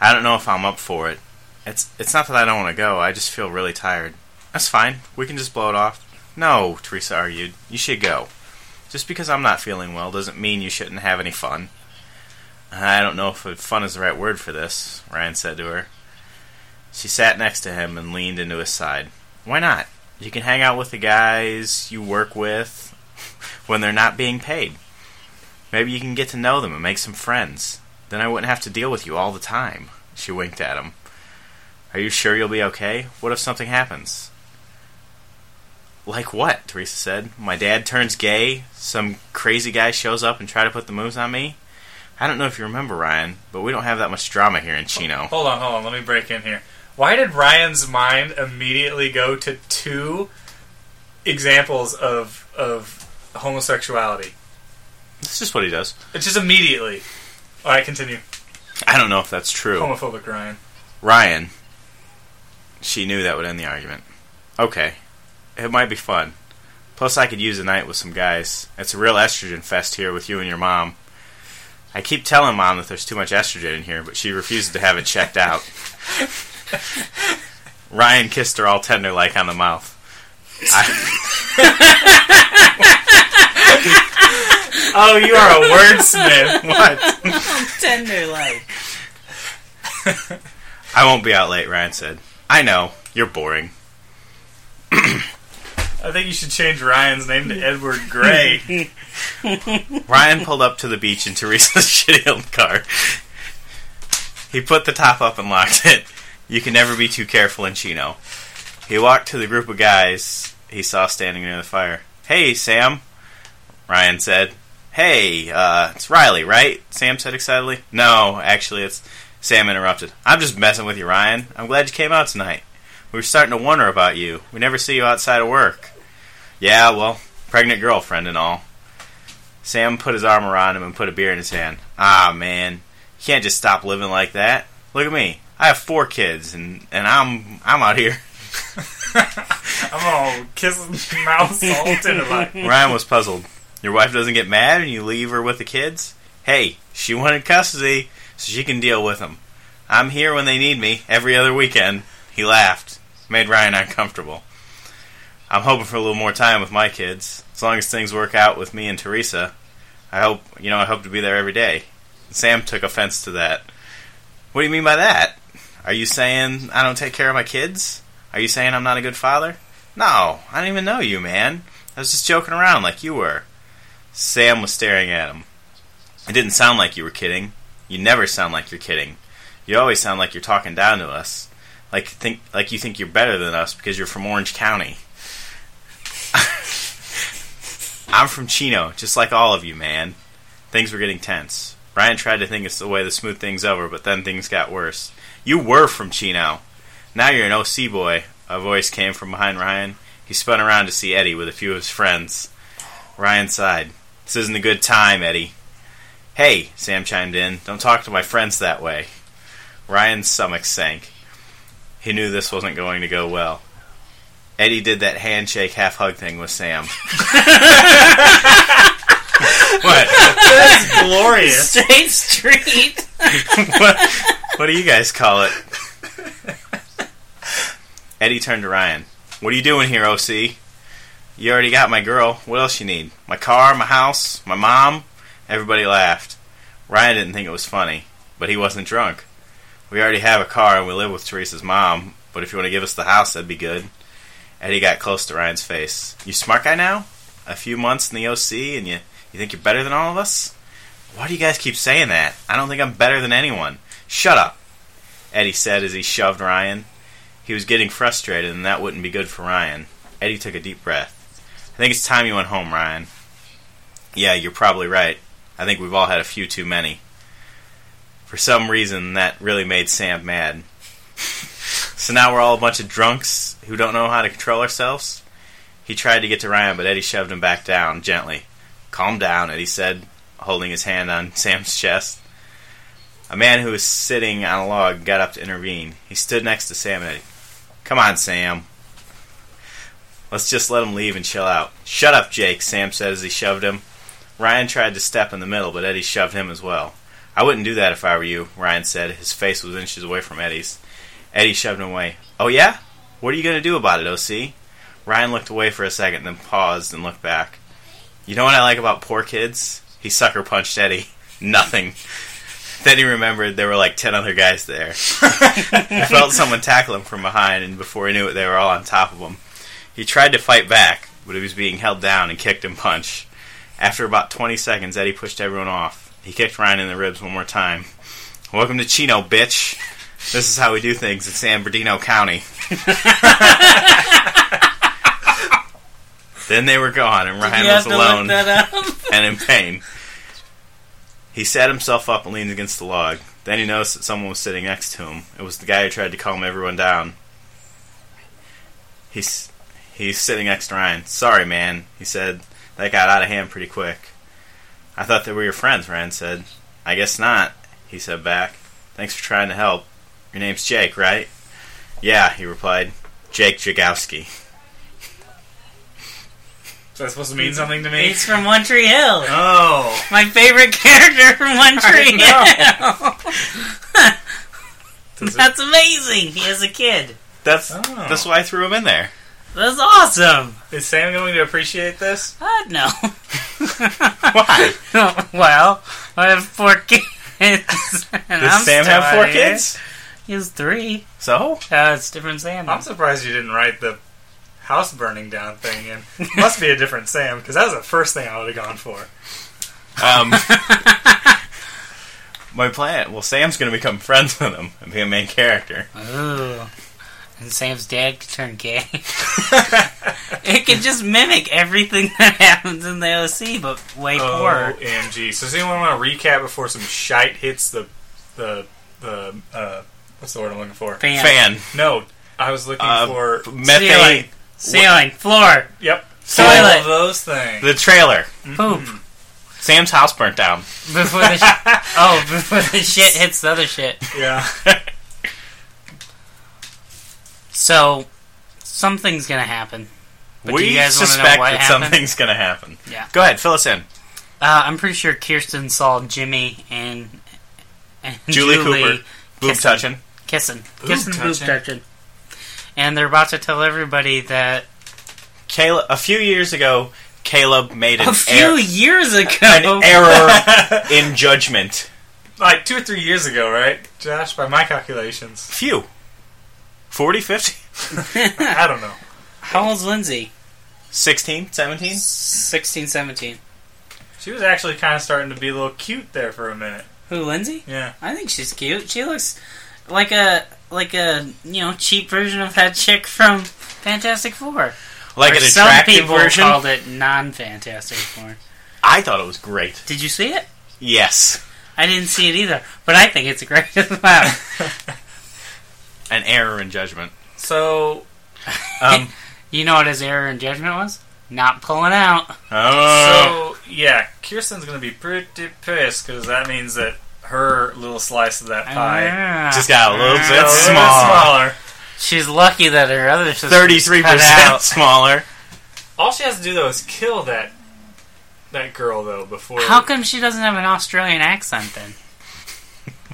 Speaker 4: I don't know if I'm up for it. It's it's not that I don't want to go. I just feel really tired. That's fine. We can just blow it off. No, Teresa argued. You should go. Just because I'm not feeling well doesn't mean you shouldn't have any fun. I don't know if fun is the right word for this, Ryan said to her. She sat next to him and leaned into his side. Why not? You can hang out with the guys you work with when they're not being paid. Maybe you can get to know them and make some friends. Then I wouldn't have to deal with you all the time. She winked at him. Are you sure you'll be okay? What if something happens? Like what? Teresa said. My dad turns gay, some crazy guy shows up and try to put the moves on me? I don't know if you remember, Ryan, but we don't have that much drama here in Chino.
Speaker 2: Hold on, hold on. Let me break in here. Why did Ryan's mind immediately go to two examples of of homosexuality.
Speaker 4: It's just what he does.
Speaker 2: It's just immediately. All right, continue.
Speaker 4: I don't know if that's true.
Speaker 2: Homophobic Ryan.
Speaker 4: Ryan. She knew that would end the argument. Okay. It might be fun. Plus, I could use a night with some guys. It's a real estrogen fest here with you and your mom. I keep telling mom that there's too much estrogen in here, but she refuses to have it checked out. Ryan kissed her all tender like on the mouth. I,
Speaker 2: Oh, you are a wordsmith.
Speaker 4: what?
Speaker 1: Tender like.
Speaker 4: I won't be out late, Ryan said. I know. You're boring.
Speaker 2: I think you should change Ryan's name to Edward Gray.
Speaker 4: Ryan pulled up to the beach in Teresa's shitty old car. He put the top up and locked it. You can never be too careful in Chino. He walked to the group of guys he saw standing near the fire. Hey, Sam, Ryan said. Hey, uh, it's Riley, right? Sam said excitedly. No, actually, it's. Sam interrupted. I'm just messing with you, Ryan. I'm glad you came out tonight. We were starting to wonder about you. We never see you outside of work. Yeah, well, pregnant girlfriend and all. Sam put his arm around him and put a beer in his hand. Ah, man, you can't just stop living like that. Look at me. I have four kids, and, and I'm I'm out here.
Speaker 2: I'm all kissing mouth salted about it.
Speaker 4: Ryan was puzzled. Your wife doesn't get mad and you leave her with the kids? Hey, she wanted custody, so she can deal with them. I'm here when they need me, every other weekend. He laughed. Made Ryan uncomfortable. I'm hoping for a little more time with my kids. As long as things work out with me and Teresa, I hope, you know, I hope to be there every day. Sam took offense to that. What do you mean by that? Are you saying I don't take care of my kids? Are you saying I'm not a good father? No, I don't even know you, man. I was just joking around like you were. Sam was staring at him. It didn't sound like you were kidding. You never sound like you're kidding. You always sound like you're talking down to us. Like think like you think you're better than us because you're from Orange County. I'm from Chino, just like all of you, man. Things were getting tense. Ryan tried to think it's the way to smooth things over, but then things got worse. You were from Chino. Now you're an OC boy. A voice came from behind Ryan. He spun around to see Eddie with a few of his friends. Ryan sighed. This isn't a good time, Eddie. Hey, Sam chimed in. Don't talk to my friends that way. Ryan's stomach sank. He knew this wasn't going to go well. Eddie did that handshake, half hug thing with Sam. what?
Speaker 2: That's glorious.
Speaker 1: Straight street.
Speaker 4: what? What do you guys call it? Eddie turned to Ryan. What are you doing here, OC? You already got my girl. What else you need? My car, my house, my mom? Everybody laughed. Ryan didn't think it was funny, but he wasn't drunk. We already have a car and we live with Teresa's mom, but if you want to give us the house, that'd be good. Eddie got close to Ryan's face. You smart guy now? A few months in the OC and you, you think you're better than all of us? Why do you guys keep saying that? I don't think I'm better than anyone. Shut up, Eddie said as he shoved Ryan. He was getting frustrated, and that wouldn't be good for Ryan. Eddie took a deep breath. I think it's time you went home, Ryan. Yeah, you're probably right. I think we've all had a few too many. For some reason, that really made Sam mad. so now we're all a bunch of drunks who don't know how to control ourselves? He tried to get to Ryan, but Eddie shoved him back down gently. Calm down, Eddie said, holding his hand on Sam's chest. A man who was sitting on a log got up to intervene. He stood next to Sam and Eddie. Come on, Sam. Let's just let him leave and chill out. Shut up, Jake, Sam said as he shoved him. Ryan tried to step in the middle, but Eddie shoved him as well. I wouldn't do that if I were you, Ryan said. His face was inches away from Eddie's. Eddie shoved him away. Oh, yeah? What are you going to do about it, OC? Ryan looked away for a second, then paused and looked back. You know what I like about poor kids? He sucker punched Eddie. Nothing. Then he remembered there were like 10 other guys there. he felt someone tackle him from behind, and before he knew it, they were all on top of him. He tried to fight back, but he was being held down and kicked and punched. After about 20 seconds, Eddie pushed everyone off. He kicked Ryan in the ribs one more time. Welcome to Chino, bitch. This is how we do things in San Bernardino County. then they were gone, and Ryan
Speaker 1: you have
Speaker 4: was
Speaker 1: to
Speaker 4: alone
Speaker 1: look that up.
Speaker 4: and in pain. He sat himself up and leaned against the log. Then he noticed that someone was sitting next to him. It was the guy who tried to calm everyone down. He, s- He's sitting next to Ryan. Sorry, man. He said, that got out of hand pretty quick. I thought they were your friends, Ryan said. I guess not, he said back. Thanks for trying to help. Your name's Jake, right? Yeah, he replied. Jake Jagowski.
Speaker 2: Is that supposed to mean something to me?
Speaker 1: He's from One Tree Hill.
Speaker 2: Oh.
Speaker 1: My favorite character from One Tree Hill.
Speaker 2: Does it-
Speaker 1: That's amazing. He is a kid.
Speaker 4: That's
Speaker 2: Oh.
Speaker 4: that's why I threw him in there.
Speaker 1: That's awesome.
Speaker 2: Is Sam going to appreciate this?
Speaker 1: I no.
Speaker 4: Why?
Speaker 1: well, I have four kids. And
Speaker 4: Does
Speaker 1: I'm
Speaker 4: Sam have four
Speaker 1: sorry.
Speaker 4: kids?
Speaker 1: He has three.
Speaker 4: So?
Speaker 1: Uh, it's different Sam.
Speaker 2: I'm surprised you didn't write the house burning down thing in. Must be a different Sam, because that was the first thing I would have gone for.
Speaker 4: Um My plan well Sam's gonna become friends with him and be a main character.
Speaker 1: Ooh. And Sam's dad could turn gay. it could just mimic everything that happens in the OC, but way
Speaker 4: Oh.
Speaker 1: poorer.
Speaker 2: OMG. So does anyone want to recap before some shite hits the, the, the, uh, what's the word I'm looking for?
Speaker 1: Fan.
Speaker 4: Fan.
Speaker 2: No, I was looking
Speaker 4: Uh,
Speaker 2: for,
Speaker 4: methane
Speaker 1: Ceiling. Ceiling. Floor.
Speaker 2: yep,
Speaker 1: Toilet.
Speaker 2: all of those things.
Speaker 4: the trailer.
Speaker 1: Poop.
Speaker 4: Sam's house burnt down.
Speaker 1: Before the sh- oh, before the shit hits the other shit.
Speaker 2: yeah.
Speaker 1: So something's gonna happen. But do
Speaker 4: we
Speaker 1: you guys wanna know
Speaker 4: suspect
Speaker 1: what
Speaker 4: that
Speaker 1: happened?
Speaker 4: something's gonna happen.
Speaker 1: Yeah.
Speaker 4: Go ahead, fill us in.
Speaker 1: Uh, I'm pretty sure Kirsten saw Jimmy and, and
Speaker 4: Julie Cooper. Boob
Speaker 1: Kissing.
Speaker 4: touching.
Speaker 1: kissing,
Speaker 2: Boob
Speaker 1: kissing, boob
Speaker 2: touching.
Speaker 1: touching, and they're about to tell everybody that
Speaker 4: Caleb, a few years ago, Caleb made an,
Speaker 1: a few
Speaker 4: er-
Speaker 1: years ago.
Speaker 4: an error in judgment.
Speaker 2: like two or three years ago, right, Josh? By my calculations,
Speaker 4: Few. 40, 50,
Speaker 2: I don't know.
Speaker 1: How old's Lindsay?
Speaker 4: 16, 17?
Speaker 1: 16, 17.
Speaker 2: She was actually kind of starting to be a little cute there for a minute.
Speaker 1: Who, Lindsay?
Speaker 2: Yeah,
Speaker 1: I think she's cute. She looks like a like a you know cheap version of that chick from Fantastic Four.
Speaker 4: Like
Speaker 1: Or
Speaker 4: an
Speaker 1: some
Speaker 4: attractive
Speaker 1: people
Speaker 4: version?
Speaker 1: called it non-Fantastic Four.
Speaker 4: I thought it was great.
Speaker 1: Did you see it?
Speaker 4: Yes.
Speaker 1: I didn't see it either, but I think it's great as well.
Speaker 4: An error in judgment.
Speaker 2: so
Speaker 4: Um,
Speaker 1: you know what his error in judgment was? Not pulling out.
Speaker 4: oh,
Speaker 2: so yeah, Kirsten's gonna be pretty pissed because that means that her little slice of that pie
Speaker 1: Ah.
Speaker 4: just got a little
Speaker 1: Ah.
Speaker 4: bit
Speaker 2: got a little bit
Speaker 4: smaller.
Speaker 2: smaller.
Speaker 1: She's lucky that her other sister
Speaker 4: 33% smaller.
Speaker 2: All she has to do though is kill that that girl though before.
Speaker 1: How come she doesn't have an Australian accent then?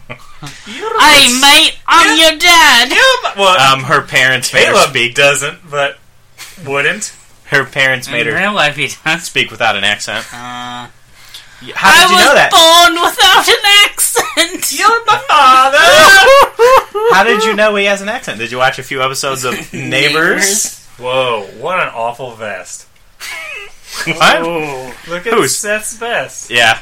Speaker 2: You're
Speaker 1: Hey mate, I'm your dad.
Speaker 2: well,
Speaker 4: Um, her parents made her
Speaker 2: Caleb
Speaker 4: speak.
Speaker 2: doesn't, but wouldn't.
Speaker 4: Her parents made
Speaker 1: In
Speaker 4: her
Speaker 1: real life, he does.
Speaker 4: speak without an accent.
Speaker 1: Uh,
Speaker 4: How did you know that?
Speaker 1: I was born without an accent.
Speaker 2: You're my father.
Speaker 4: How did you know he has an accent? Did you watch a few episodes of Neighbors?
Speaker 2: Whoa! What an awful vest.
Speaker 4: what?
Speaker 2: Oh, look at
Speaker 4: Who's-
Speaker 2: Seth's vest.
Speaker 4: Yeah.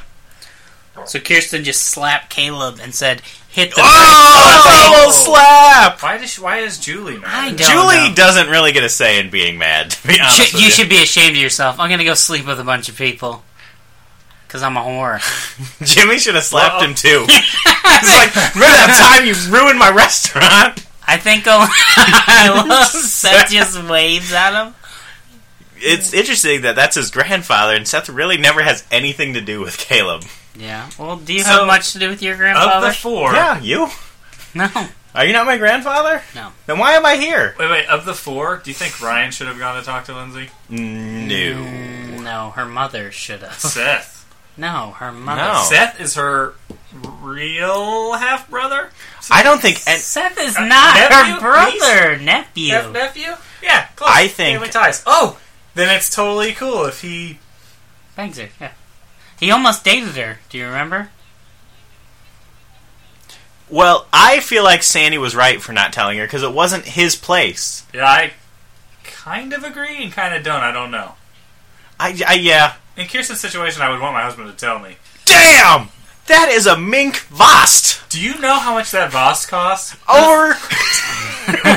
Speaker 1: So Kirsten just slapped Caleb and said, "Hit the."
Speaker 4: Oh,
Speaker 2: double
Speaker 4: slap!
Speaker 2: Why does why is Julie mad?
Speaker 1: I don't
Speaker 4: Julie
Speaker 1: know.
Speaker 4: doesn't really get a say in being mad. To be honest,
Speaker 1: Sh-
Speaker 4: with
Speaker 1: you should be ashamed of yourself. I'm gonna go sleep with a bunch of people. Cause I'm a whore.
Speaker 4: Jimmy should have slapped
Speaker 2: Well-
Speaker 4: him too. He's like, remember that time you ruined my restaurant?
Speaker 1: I think I'll- I love Seth just waves at him.
Speaker 4: It's interesting that that's his grandfather, and Seth really never has anything to do with Caleb.
Speaker 1: Yeah. Well, do you
Speaker 2: So-
Speaker 1: have much to do with your
Speaker 2: Of
Speaker 1: grandfather?
Speaker 2: the four,
Speaker 4: Yeah, you?
Speaker 1: no.
Speaker 4: Are you not my grandfather?
Speaker 1: No.
Speaker 4: Then why am I here?
Speaker 2: wait, wait. Of the four, do you think Ryan should have gone to talk to Lindsay?
Speaker 4: No.
Speaker 1: Mm, No, her mother should have.
Speaker 2: Seth.
Speaker 1: No, her mother.
Speaker 4: No. Oh.
Speaker 2: Seth is her real half brother,
Speaker 4: I don't think. And
Speaker 1: Seth is
Speaker 2: Uh,
Speaker 1: not
Speaker 2: nephew?
Speaker 1: her brother, nephew.
Speaker 2: half nephew. Yeah, close.
Speaker 4: I think-
Speaker 2: family ties. Oh, then it's totally cool if he.
Speaker 1: Bangs her, yeah. He almost dated her. Do you remember?
Speaker 4: well, I feel like Sandy was right for not telling her because it wasn't his place.
Speaker 2: Yeah, I kind of agree and kind of don't. I don't know.
Speaker 4: I, I yeah.
Speaker 2: In Kirsten's situation, I would want my husband to tell me.
Speaker 4: Damn, that is a mink vast.
Speaker 2: Do you know how much that Voss cost?
Speaker 4: Over.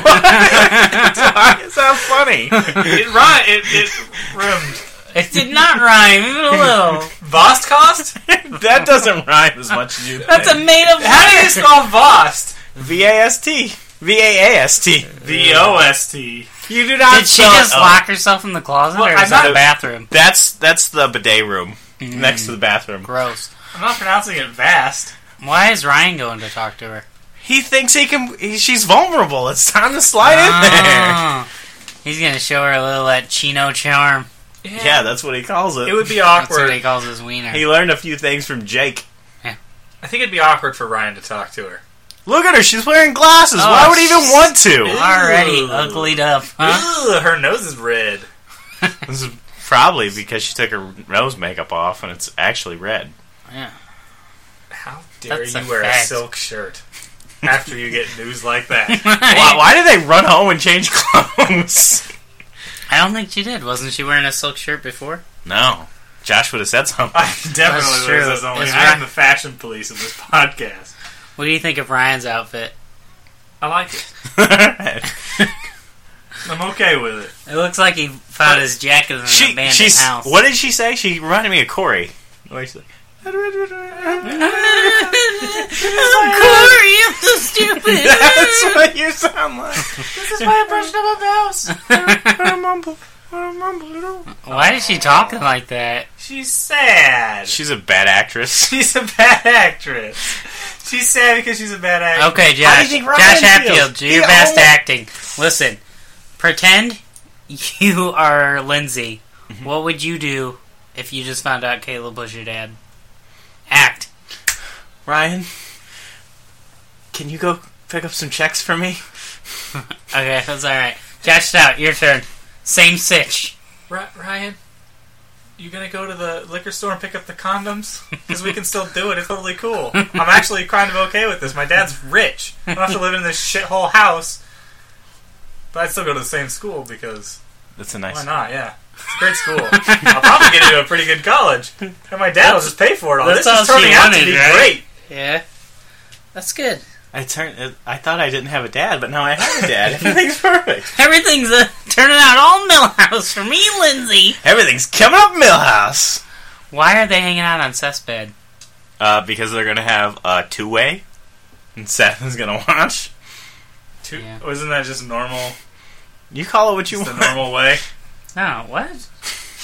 Speaker 4: Why is that funny?
Speaker 2: it right. It, it roomed.
Speaker 1: It did not rhyme, even a little.
Speaker 2: Voss cost?
Speaker 4: that doesn't rhyme as much as you.
Speaker 1: That's a made up
Speaker 2: How do you
Speaker 1: word.
Speaker 2: spell Voss?
Speaker 4: V A S T. V A A S T.
Speaker 2: V O S T. You do not.
Speaker 1: Did she
Speaker 2: spell it
Speaker 1: just
Speaker 2: out.
Speaker 1: lock herself in the closet
Speaker 2: Well,
Speaker 1: or
Speaker 2: I'm
Speaker 1: is that
Speaker 2: not- Mm-hmm.
Speaker 1: the bathroom?
Speaker 4: That's that's the bidet room next to the bathroom.
Speaker 1: Gross.
Speaker 2: I'm not pronouncing it vast.
Speaker 1: Why is Ryan going to talk to her?
Speaker 4: He thinks he can. He, she's vulnerable. It's time to slide Ah.
Speaker 1: Oh. He's gonna show her a little that chino charm.
Speaker 4: in there. Yeah, that's what he calls it.
Speaker 2: It would be
Speaker 1: That's what he
Speaker 2: awkward.
Speaker 1: calls his wiener.
Speaker 4: he learned a few things from Jake.
Speaker 2: I think it'd be awkward for Ryan to talk to her.
Speaker 4: Look at her. She's wearing glasses.
Speaker 1: Oh,
Speaker 4: Why would he even
Speaker 1: s-
Speaker 4: want to?
Speaker 1: Already
Speaker 2: Ooh.
Speaker 1: uglied up, huh?
Speaker 2: Ugh, her nose is red.
Speaker 4: This is probably because she took her nose makeup off and it's actually red.
Speaker 1: Yeah.
Speaker 2: How dare
Speaker 1: That's
Speaker 2: you
Speaker 1: a
Speaker 2: wear a
Speaker 1: fact.
Speaker 2: silk shirt after you get news like that?
Speaker 4: Why, why did they run home and change clothes?
Speaker 1: I don't think she did. Wasn't she wearing a silk shirt before?
Speaker 4: No. Josh would have said something.
Speaker 2: I definitely
Speaker 1: true.
Speaker 2: was only.
Speaker 1: It's
Speaker 2: I am
Speaker 1: right.
Speaker 2: the fashion police of this podcast.
Speaker 1: What do you think of Ryan's outfit?
Speaker 2: I like it. I'm okay with it.
Speaker 1: It looks like he found his jacket in an
Speaker 4: she,
Speaker 1: abandoned
Speaker 4: she's,
Speaker 1: house.
Speaker 4: What did she say? She reminded me of Corey. Where she's like,
Speaker 1: Corey, I'm so
Speaker 4: That's
Speaker 1: stupid.
Speaker 4: what you sound like. This is my impression of a mouse. What a mumble. What a mumble.
Speaker 1: Why is she talking like that?
Speaker 2: She's sad.
Speaker 4: She's a bad actress.
Speaker 2: She's a bad actress. She's sad because she's a bad actress.
Speaker 1: Okay,
Speaker 4: How do you
Speaker 1: Josh.
Speaker 4: think Ryan
Speaker 1: Josh
Speaker 4: feels?
Speaker 1: Hatfield, do
Speaker 4: He
Speaker 1: your best
Speaker 4: almost-
Speaker 1: acting. Listen, pretend you are Lindsay.
Speaker 4: Mm-hmm.
Speaker 1: What would you do if you just found out Caleb was your dad? Act.
Speaker 4: Ryan, can you go pick up some checks for me?
Speaker 1: Okay, that's all right. Josh Stout, your turn. Same sitch.
Speaker 2: Ri- Ryan, you gonna go to the liquor store and pick up the condoms? Because we can still do it. It's totally cool. I'm actually kind of okay with this. My dad's rich. I don't have to live in this shithole house. But I'd still go to the same school because
Speaker 4: That's a nice.
Speaker 2: why not? Yeah. It's a great school. I'll probably get into a pretty good college. And my dad will just pay for it all.
Speaker 1: That's
Speaker 2: This
Speaker 1: all
Speaker 2: is
Speaker 1: she
Speaker 2: turning out to
Speaker 1: wanted,
Speaker 2: be
Speaker 1: right?
Speaker 2: great.
Speaker 1: Yeah. That's good.
Speaker 4: I turned. uh, I thought I didn't have a dad, but now I have a dad. Everything's perfect.
Speaker 1: Everything's uh, turning out all Millhouse for me, Lindsay.
Speaker 4: Everything's coming up, Millhouse.
Speaker 1: Why are they hanging out on cesspad?
Speaker 4: Uh, because they're gonna have a two-way, and Seth is gonna watch.
Speaker 2: Two,
Speaker 1: Yeah.
Speaker 2: Wasn't that just normal?
Speaker 4: You call it what you
Speaker 2: Just the
Speaker 4: want.
Speaker 2: normal way.
Speaker 1: No, what?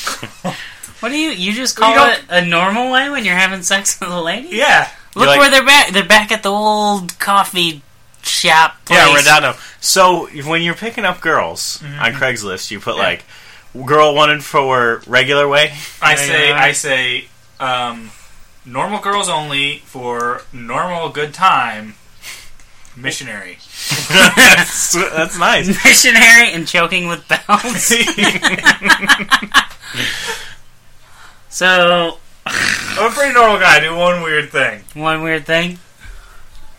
Speaker 1: what do you? You just call
Speaker 2: don't-
Speaker 1: it a normal way when you're having sex with a lady?
Speaker 2: Yeah.
Speaker 1: Look
Speaker 4: like-
Speaker 1: where they're back. They're back at the old coffee shop. Place.
Speaker 4: Yeah, Redondo. So when you're picking up girls on Craigslist, you put like girl wanted for regular way.
Speaker 2: I
Speaker 1: Yeah,
Speaker 2: say
Speaker 1: yeah.
Speaker 2: I say um, normal girls only for normal good time missionary.
Speaker 4: that's, that's nice.
Speaker 1: Missionary and choking with bells. so
Speaker 2: I'm a pretty normal guy. I do one weird thing.
Speaker 1: one weird thing.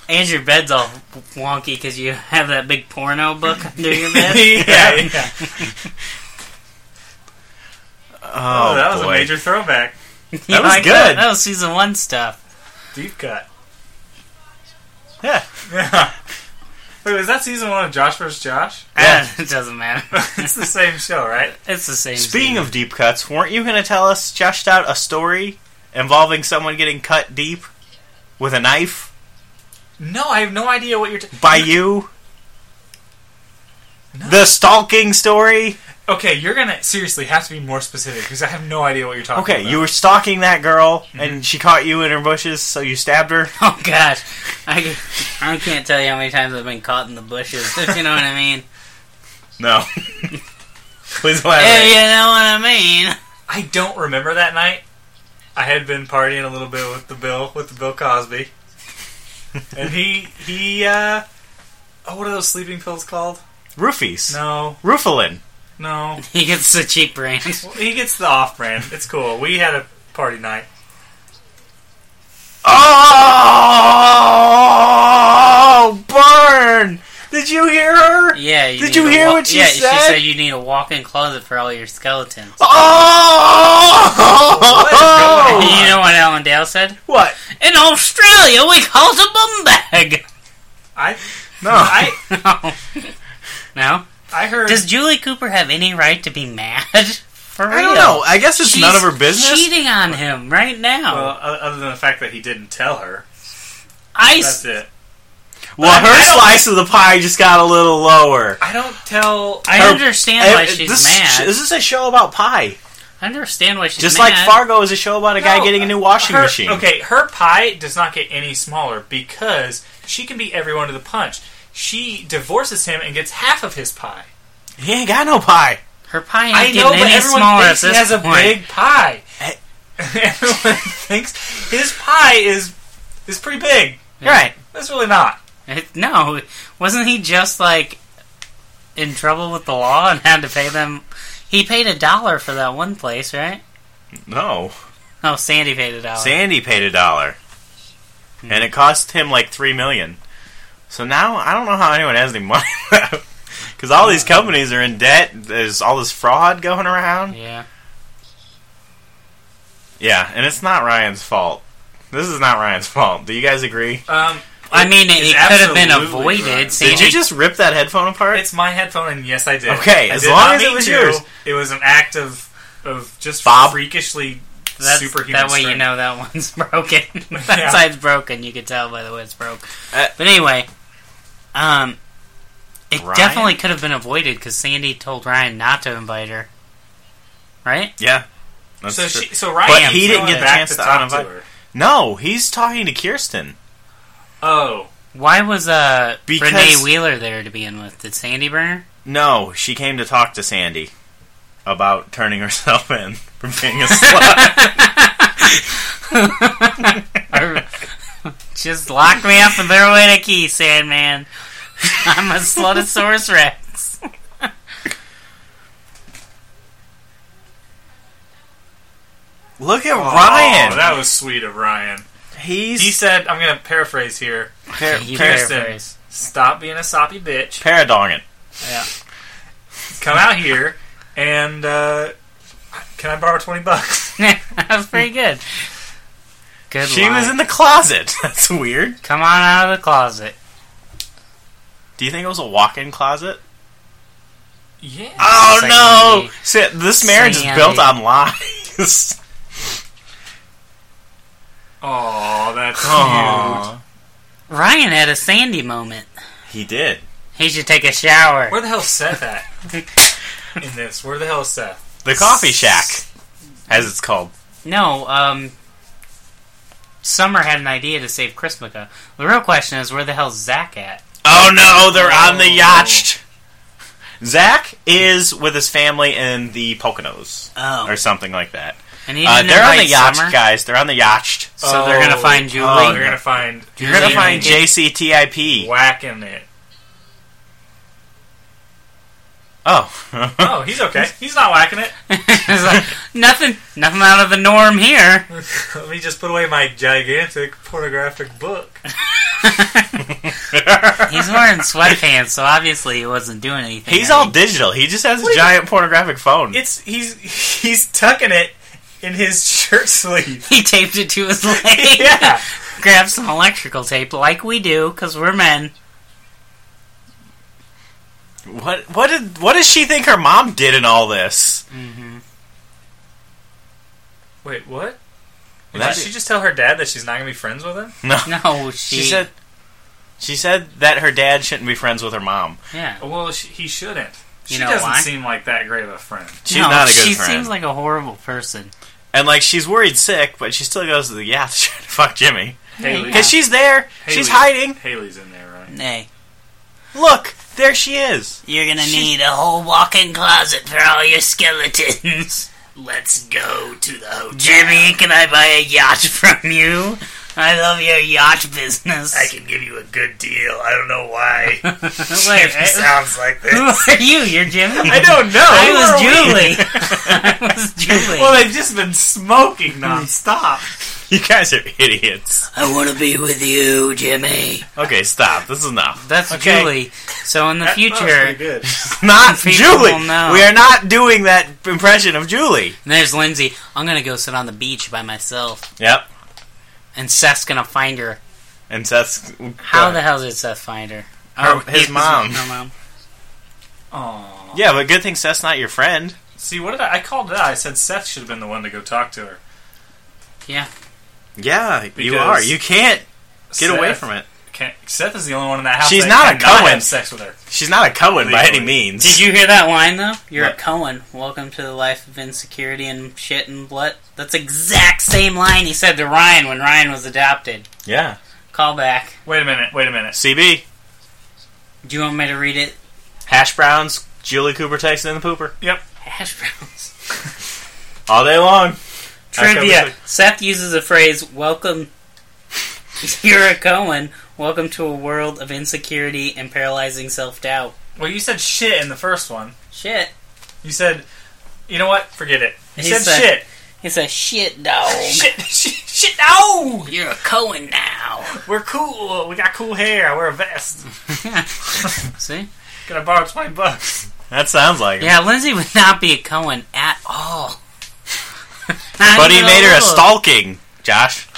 Speaker 1: And your bed's all wonky because you have that big porno book under your bed.
Speaker 2: Yeah,
Speaker 4: yeah.
Speaker 2: yeah.
Speaker 4: Oh,
Speaker 2: Oh, that was
Speaker 4: boy.
Speaker 2: a major throwback.
Speaker 1: You
Speaker 4: was
Speaker 1: like
Speaker 4: good.
Speaker 1: That? that was season one stuff.
Speaker 2: Deep cut.
Speaker 4: Yeah.
Speaker 2: Yeah. Wait, was that season one of Josh vs. Josh?
Speaker 4: Yeah.
Speaker 1: Ah, it doesn't matter.
Speaker 2: it's the same show, right?
Speaker 1: It's the same.
Speaker 4: Speaking
Speaker 1: season.
Speaker 4: of deep cuts, weren't you going to tell us, Josh out a story involving someone getting cut deep with a knife
Speaker 2: No, I have no idea what you're. T-
Speaker 4: by you? The stalking story.
Speaker 2: okay, you're gonna seriously have to be more specific because I have no idea what you're talking
Speaker 4: Okay,
Speaker 2: about.
Speaker 4: you were stalking that girl, and she caught you in her bushes, so you stabbed her.
Speaker 1: oh gosh, I, ca- I can't tell you how many times I've been caught in the bushes. If you know what I mean.
Speaker 4: No. Please
Speaker 1: If
Speaker 4: elaborate.
Speaker 1: you know what I mean.
Speaker 2: I don't remember that night. I had been partying a little bit with the Bill with the Bill Cosby, and he he uh, oh, what are those sleeping pills called?
Speaker 4: Roofies.
Speaker 2: No,
Speaker 4: Roofalin.
Speaker 2: no.
Speaker 1: He gets the cheap brand.
Speaker 2: Well, he gets the off-brand. It's cool. We had a party night.
Speaker 4: Oh, burn! Did you hear her?
Speaker 1: Yeah. You
Speaker 4: Did
Speaker 1: need
Speaker 4: you
Speaker 1: a
Speaker 4: hear what she
Speaker 1: yeah,
Speaker 4: said?
Speaker 1: She said you need a walk-in closet for all your skeletons.
Speaker 4: Oh!
Speaker 1: And you know what Alan Dale said?
Speaker 4: What?
Speaker 1: In Australia, we call it a bum bag.
Speaker 2: I
Speaker 4: No.
Speaker 2: I
Speaker 1: no.
Speaker 2: I heard.
Speaker 1: Does Julie Cooper have any right to be mad? For real?
Speaker 4: I don't know. I guess it's
Speaker 1: She's
Speaker 4: none of her business.
Speaker 1: Cheating on him right now.
Speaker 2: well, o- other than the fact that he didn't tell her,
Speaker 1: I
Speaker 2: that's it.
Speaker 4: Well,
Speaker 2: I-
Speaker 4: her
Speaker 2: I don't-
Speaker 4: slice of the pie just got a little lower.
Speaker 2: I don't tell.
Speaker 1: I
Speaker 4: Her-
Speaker 1: understand
Speaker 4: Eh,
Speaker 1: why she's
Speaker 4: this,
Speaker 1: mad.
Speaker 4: This is a show about pie.
Speaker 1: I understand why she's
Speaker 4: Just
Speaker 1: mad.
Speaker 4: like Fargo is a show about a guy
Speaker 2: No,
Speaker 4: getting a new washing
Speaker 2: her-
Speaker 4: machine.
Speaker 2: Okay, her pie does not get any smaller because she can beat everyone to the punch. She divorces him and gets half of his pie.
Speaker 4: He ain't got no pie.
Speaker 1: Her pie ain't
Speaker 2: I
Speaker 1: getting
Speaker 2: know, but
Speaker 1: any
Speaker 2: everyone
Speaker 1: smaller at
Speaker 2: thinks he
Speaker 1: this
Speaker 2: has
Speaker 1: point.
Speaker 2: a big pie.
Speaker 4: Hey.
Speaker 2: everyone thinks his pie is is pretty big.
Speaker 1: Yeah.
Speaker 4: Right.
Speaker 2: That's really not.
Speaker 1: It- no, wasn't he just like in trouble with the law and had to pay them? He paid a dollar for that one place, right?
Speaker 4: No.
Speaker 1: Oh, Sandy paid a dollar.
Speaker 4: Sandy paid a dollar.
Speaker 2: Hmm.
Speaker 4: And it cost him like three million. So now I don't know how anyone has any money left. Because all these companies are in debt. There's all this fraud going around.
Speaker 1: yeah,
Speaker 4: Yeah, and it's not Ryan's fault. This is not Ryan's fault. Do you guys agree?
Speaker 2: Um,
Speaker 1: I mean it,
Speaker 2: is
Speaker 1: it could have been
Speaker 2: absolutely
Speaker 1: avoided.
Speaker 2: right.
Speaker 1: Sandy,
Speaker 4: Did you just rip that headphone apart?
Speaker 2: it's my headphone, and yes, I did.
Speaker 4: Okay,
Speaker 2: I
Speaker 4: as
Speaker 2: did
Speaker 4: long
Speaker 2: not
Speaker 4: as it
Speaker 2: mean
Speaker 4: was
Speaker 2: to.
Speaker 4: yours.
Speaker 2: it was an act of of just
Speaker 4: Bob.
Speaker 2: freakishly
Speaker 1: that's,
Speaker 2: superhuman.
Speaker 1: that way you
Speaker 2: strength.
Speaker 1: know that one's broken. that
Speaker 2: Yeah.
Speaker 1: side's broken. You could tell by the way it's broke.
Speaker 4: Uh,
Speaker 1: but anyway, um, it
Speaker 4: Ryan?
Speaker 1: definitely could have been avoided because Sandy told Ryan not to invite her. Right?
Speaker 4: yeah. That's
Speaker 2: So
Speaker 4: true.
Speaker 2: she, so Ryan,
Speaker 4: he didn't get the
Speaker 2: back
Speaker 4: chance
Speaker 2: to
Speaker 4: to
Speaker 2: talk to
Speaker 4: uninvite-
Speaker 2: her.
Speaker 4: no, he's talking to Kirsten.
Speaker 2: Oh,
Speaker 1: Why was uh
Speaker 4: Because-
Speaker 1: Renee Wheeler there to begin with? Did Sandy burn her?
Speaker 4: No, she came to talk to Sandy about turning herself in for being a slut.
Speaker 1: Or- Just lock me up and throw away the key, Sandman. I'm a Slutosaurus Rex.
Speaker 4: Look at
Speaker 2: Oh,
Speaker 4: Ryan.
Speaker 2: that was sweet of Ryan.
Speaker 4: he's
Speaker 2: He said, "I'm going to paraphrase here.
Speaker 4: par-
Speaker 1: You
Speaker 4: par-
Speaker 2: Kirsten.
Speaker 1: paraphrase.
Speaker 2: Stop being a soppy bitch.
Speaker 4: paradonging.
Speaker 1: Yeah.
Speaker 2: Come out here and uh, can I borrow twenty bucks?
Speaker 1: that was pretty good. Good
Speaker 4: She was in the closet. That's weird.
Speaker 1: Come on out of the closet.
Speaker 4: Do you think it was a walk-in closet?
Speaker 2: Yeah.
Speaker 4: Oh
Speaker 1: Sandy.
Speaker 4: no! See, this marriage is
Speaker 1: Sandy.
Speaker 4: built on lies.
Speaker 2: Oh, that's cute.
Speaker 4: Aw.
Speaker 1: Ryan had a Sandy moment.
Speaker 4: He did.
Speaker 1: He should take a shower.
Speaker 2: Where the hell is Seth at in this? Where the hell is Seth?
Speaker 4: The coffee shack, as it's called.
Speaker 1: No, um. Summer had an idea to save Chrismica. The real question is where the hell's Zach at?
Speaker 4: Oh no, they're on the
Speaker 2: Oh.
Speaker 4: yacht. Zach is with his family in the Poconos
Speaker 1: Oh.
Speaker 4: or something like that.
Speaker 1: And he
Speaker 4: Uh,
Speaker 1: didn't
Speaker 4: they're on the
Speaker 1: invite
Speaker 4: yacht,
Speaker 1: Summer,
Speaker 4: guys. They're on the yacht.
Speaker 1: so they're gonna
Speaker 2: Oh,
Speaker 1: find Julie.
Speaker 4: oh,
Speaker 2: They're gonna find
Speaker 4: You're gonna
Speaker 1: Julie
Speaker 4: find
Speaker 1: and Jake.
Speaker 4: JCTIP.
Speaker 2: whacking it.
Speaker 4: Oh,
Speaker 2: Oh, he's okay. He's not whacking it.
Speaker 1: It's like, nothing, nothing out of the norm here.
Speaker 2: Let me just put away my gigantic pornographic book.
Speaker 4: Oh.
Speaker 1: He's wearing sweatpants, so obviously he wasn't doing anything.
Speaker 4: he's
Speaker 1: I
Speaker 4: all
Speaker 1: mean,
Speaker 4: digital. He just has a
Speaker 2: Wait.
Speaker 4: giant pornographic phone.
Speaker 2: It's he's he's tucking it in his shirt sleeve.
Speaker 1: He taped it to his leg.
Speaker 2: Yeah.
Speaker 1: Grabbed some electrical tape, like we do, because we're men.
Speaker 4: What? What did? What does she think her mom did in all this?
Speaker 2: Wait, what? Did
Speaker 4: That-
Speaker 2: she just tell her dad that she's not gonna be friends with him?
Speaker 4: No,
Speaker 1: No, she,
Speaker 4: she said. She said that her dad shouldn't be friends with her mom.
Speaker 1: yeah.
Speaker 2: Well, she, he shouldn't.
Speaker 1: You
Speaker 2: she
Speaker 1: know
Speaker 2: doesn't
Speaker 1: why?
Speaker 2: seem like that great of a friend.
Speaker 4: She's
Speaker 1: No,
Speaker 4: not a good
Speaker 1: she
Speaker 4: friend.
Speaker 1: seems like a horrible person.
Speaker 4: And like she's worried sick, but she still goes to the yacht to try to fuck Jimmy
Speaker 2: Haley,
Speaker 1: Yeah.
Speaker 4: because she's there. She's
Speaker 2: Haley-
Speaker 4: hiding.
Speaker 2: Haley's in there, right?
Speaker 1: Hey,
Speaker 4: Look, there she is.
Speaker 1: you're gonna need a whole walk-in closet for all your skeletons. Let's go to the hotel. Jimmy, can I buy a yacht from you? I love your yacht business.
Speaker 2: can give you a good deal. I don't know why
Speaker 1: Wait,
Speaker 2: sounds like
Speaker 1: who are you? You're Jimmy.
Speaker 2: I don't know.
Speaker 1: I
Speaker 2: Who are
Speaker 1: was
Speaker 2: we?
Speaker 1: Julie. I was Julie.
Speaker 2: Well, they've just been smoking nonstop.
Speaker 4: You guys are idiots.
Speaker 1: I want to be with you, Jimmy.
Speaker 4: Okay, stop. This is enough.
Speaker 1: That's
Speaker 4: Okay.
Speaker 1: Julie. So in the future,
Speaker 2: good.
Speaker 4: Not
Speaker 1: People
Speaker 4: Julie.
Speaker 1: will know.
Speaker 4: We are not doing that impression of Julie.
Speaker 1: there's Lindsay. I'm gonna go sit on the beach by myself,
Speaker 4: Yep.
Speaker 1: and Seth's gonna find her.
Speaker 4: And Seth's
Speaker 1: How the hell did Seth find her?
Speaker 4: Her- his
Speaker 1: it was
Speaker 4: mom.
Speaker 1: Her mom.
Speaker 2: Aww.
Speaker 4: Yeah, but good thing Seth's not your friend.
Speaker 2: See, what did I, I called it out? I said Seth should have been the one to go talk to her.
Speaker 1: Yeah.
Speaker 4: Yeah, you
Speaker 2: Because-
Speaker 4: are. You can't get away
Speaker 2: Seth-
Speaker 4: from it.
Speaker 2: Can, Seth is the only one in that house.
Speaker 4: She's
Speaker 2: that
Speaker 4: not a
Speaker 2: cannot
Speaker 4: Cohen.
Speaker 2: have Sex with her.
Speaker 4: She's not a Cohen by any
Speaker 2: Legally.
Speaker 4: means.
Speaker 1: Did you hear that line though? You're a
Speaker 4: What?
Speaker 1: Cohen. Welcome to the life of insecurity and shit and blood. That's exact same line he said to Ryan when Ryan was adopted.
Speaker 4: Yeah.
Speaker 1: Call back.
Speaker 2: Wait a minute. Wait a minute.
Speaker 4: CB.
Speaker 1: Do you want me to read it?
Speaker 4: Hash browns. Julie Cooper takes it in the pooper
Speaker 2: Yep.
Speaker 1: Hash browns.
Speaker 4: all day long.
Speaker 1: Trivia.
Speaker 4: Okay,
Speaker 1: Seth uses the phrase "Welcome." You're a Cohen. Welcome to a world of insecurity and paralyzing self-doubt.
Speaker 2: Well, you said shit in the first one.
Speaker 1: Shit.
Speaker 2: You said, you know what? Forget it. You
Speaker 1: He
Speaker 2: said,
Speaker 1: said-
Speaker 2: shit.
Speaker 1: It's a shit dog.
Speaker 2: Shit. Shit. Shit. No.
Speaker 1: You're a Cohen now.
Speaker 2: We're cool. We got cool hair. I wear a vest.
Speaker 1: See?
Speaker 2: Gonna borrow twenty bucks.
Speaker 4: That sounds like it.
Speaker 1: Yeah, Lindsay would not be a Cohen at all. Not
Speaker 4: But he
Speaker 1: even
Speaker 4: made her a
Speaker 1: little.
Speaker 4: stalking, Josh.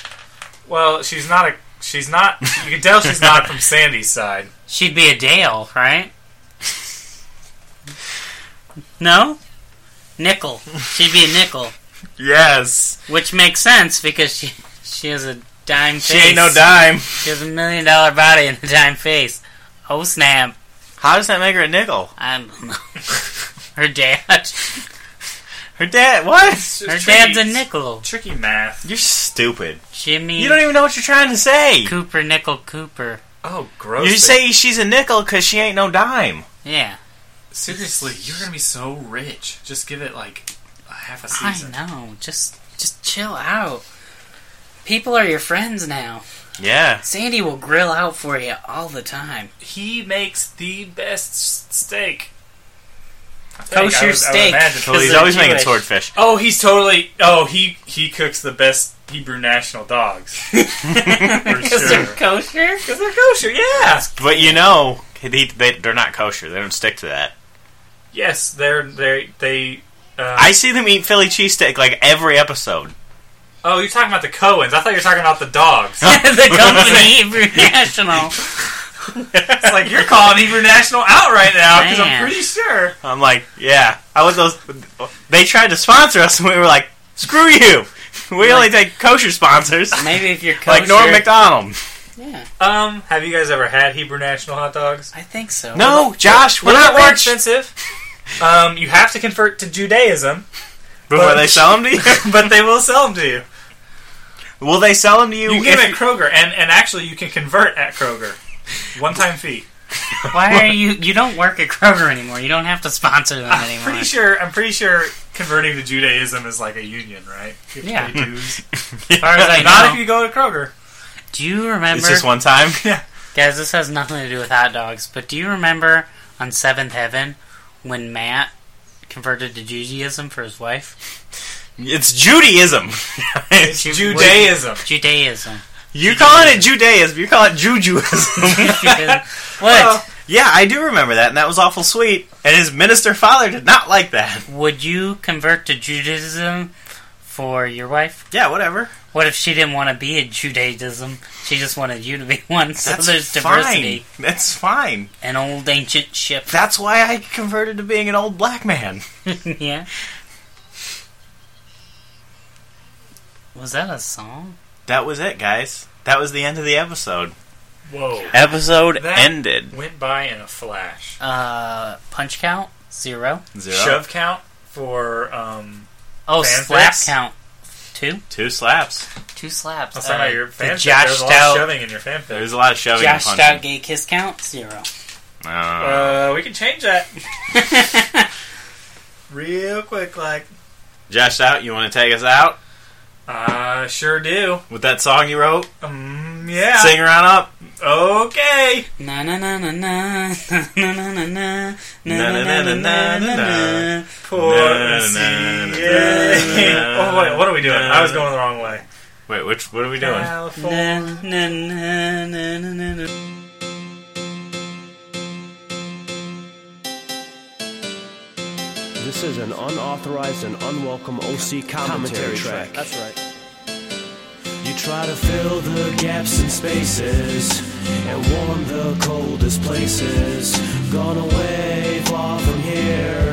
Speaker 2: Well, she's not a. She's not. You can tell she's not from Sandy's side.
Speaker 1: She'd be a Dale, right? No? Nickel. She'd be a nickel.
Speaker 4: Yes.
Speaker 1: Which makes sense because she she has a dime face.
Speaker 4: She ain't no dime.
Speaker 1: She has a million dollar body and a dime face. Oh snap.
Speaker 4: How does that make her a nickel?
Speaker 1: I don't know. Her dad.
Speaker 4: Her dad. What?
Speaker 1: Her dad's a nickel.
Speaker 2: Tricky math.
Speaker 4: You're stupid.
Speaker 1: Jimmy
Speaker 4: You don't even know what you're trying to say.
Speaker 1: Cooper Nickel Cooper.
Speaker 2: Oh, gross.
Speaker 4: You say she's a nickel because she ain't no dime.
Speaker 1: Yeah.
Speaker 2: seriously, you're gonna be so rich. Just give it like a half a season.
Speaker 1: I know. Just just chill out. People are your friends now.
Speaker 4: Yeah.
Speaker 1: Sandy will grill out for you all the time.
Speaker 2: He makes the best s- steak. I think.
Speaker 1: Kosher
Speaker 2: I would- I would
Speaker 1: steak.
Speaker 2: imagine.
Speaker 1: Well,
Speaker 4: he's
Speaker 1: they're
Speaker 4: always making
Speaker 1: Jewish.
Speaker 4: swordfish.
Speaker 2: Oh, he's totally. Oh, he he cooks the best Hebrew national dogs for
Speaker 1: Because
Speaker 2: sure.
Speaker 1: they're kosher?
Speaker 2: Because they're kosher, yeah.
Speaker 4: But you know, they, they, they're not kosher. They don't stick to that.
Speaker 2: Yes, they're they they. Uh,
Speaker 4: I see them eat Philly cheesesteak like every episode.
Speaker 2: oh, you're talking about the Cohens. I thought you were talking about the dogs.
Speaker 1: the company Hebrew National.
Speaker 2: It's like you're calling Hebrew National out right now because I'm
Speaker 1: Man.
Speaker 2: pretty sure.
Speaker 4: I'm like, yeah. I was those. They tried to sponsor us, and we were like, screw you. We only take kosher sponsors,
Speaker 1: Maybe if you're kosher.
Speaker 4: like Norm Macdonald.
Speaker 1: Yeah,
Speaker 2: Um, have you guys ever had Hebrew National hot dogs?
Speaker 1: I think so.
Speaker 4: No, Josh, we're
Speaker 2: Well,
Speaker 4: not
Speaker 2: they're very
Speaker 4: rich.
Speaker 2: expensive. Um, you have to convert to Judaism,
Speaker 4: But will they sell them to you?
Speaker 2: but they will sell them to you.
Speaker 4: Will they sell them to you?
Speaker 2: You can get
Speaker 4: if
Speaker 2: them at Kroger, and, and actually you can convert at Kroger. One time fee.
Speaker 1: Why are you. You don't work at Kroger anymore. You don't have to sponsor them
Speaker 2: I'm
Speaker 1: anymore.
Speaker 2: pretty sure. I'm pretty sure converting to Judaism is like a union, right? You have to
Speaker 1: Yeah.
Speaker 2: pay dues.
Speaker 1: As far as I
Speaker 2: Not
Speaker 1: know.
Speaker 2: if you go to Kroger.
Speaker 1: Do you remember.
Speaker 4: It's just one time.
Speaker 1: Guys, this has nothing to do with hot dogs, but do you remember on Seventh Heaven when Matt converted to Judaism for his wife?
Speaker 4: It's Judaism.
Speaker 2: It's Judaism.
Speaker 1: Judaism.
Speaker 4: you calling it Judaism? You call it Jujuism.
Speaker 1: what?
Speaker 4: yeah, I do remember that, and that was awful sweet. And his minister father did not like that.
Speaker 1: Would you convert to Judaism for your wife?
Speaker 4: Yeah, whatever.
Speaker 1: What if she didn't want to be a Judaism? She just wanted you to be one, so
Speaker 4: That's
Speaker 1: there's
Speaker 4: fine.
Speaker 1: diversity.
Speaker 4: That's fine.
Speaker 1: An old ancient ship.
Speaker 4: That's why I converted to being an old black man.
Speaker 1: yeah. Was that a song?
Speaker 4: That was it, guys. That was the end of the episode.
Speaker 2: Whoa.
Speaker 4: Episode
Speaker 2: That-
Speaker 4: ended.
Speaker 2: Went by in a flash.
Speaker 1: Uh, punch count? Zero.
Speaker 4: Zero.
Speaker 2: Shove count for um.
Speaker 1: Oh,
Speaker 2: Fanfics?
Speaker 1: slap count. Two?
Speaker 4: Two slaps.
Speaker 1: Two slaps.
Speaker 2: That's not how your
Speaker 1: the
Speaker 2: fanfic. There's
Speaker 1: Josh
Speaker 2: a lot of
Speaker 1: Stout,
Speaker 2: shoving in your fanfic.
Speaker 4: There's a lot of shoving
Speaker 1: Josh
Speaker 4: and punching.
Speaker 1: Stout gay kiss count? Zero.
Speaker 4: Uh,
Speaker 2: Uh, we can change that real quick, like.
Speaker 4: Josh Stout, you want to take us out
Speaker 2: Uh, sure do.
Speaker 4: with that song you wrote?
Speaker 2: Um, yeah.
Speaker 4: Sing around up.
Speaker 2: Okay.
Speaker 1: Na na na na na na na na na
Speaker 4: Na, na, na, na, na, na, na.
Speaker 2: Poor
Speaker 4: Na, na,
Speaker 2: MC.
Speaker 4: na, na,
Speaker 2: Yay.
Speaker 4: na,
Speaker 2: Oh wait, what are we doing?
Speaker 4: na.
Speaker 2: I was going the wrong way.
Speaker 4: Wait, which? What are we doing?
Speaker 1: na
Speaker 2: California.
Speaker 1: na na na na na na.
Speaker 3: This is an unauthorized and unwelcome OC commentary, track. That's right. You try to fill the gaps and spaces and warm the coldest places. Gone away far from here,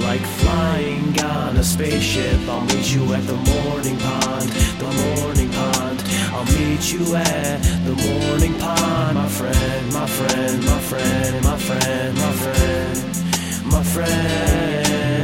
Speaker 3: like flying on a spaceship. I'll meet you at the morning pond, the morning pond. I'll I'll meet you at the morning pond, my friend, my friend, my friend, my friend, my friend, my friend.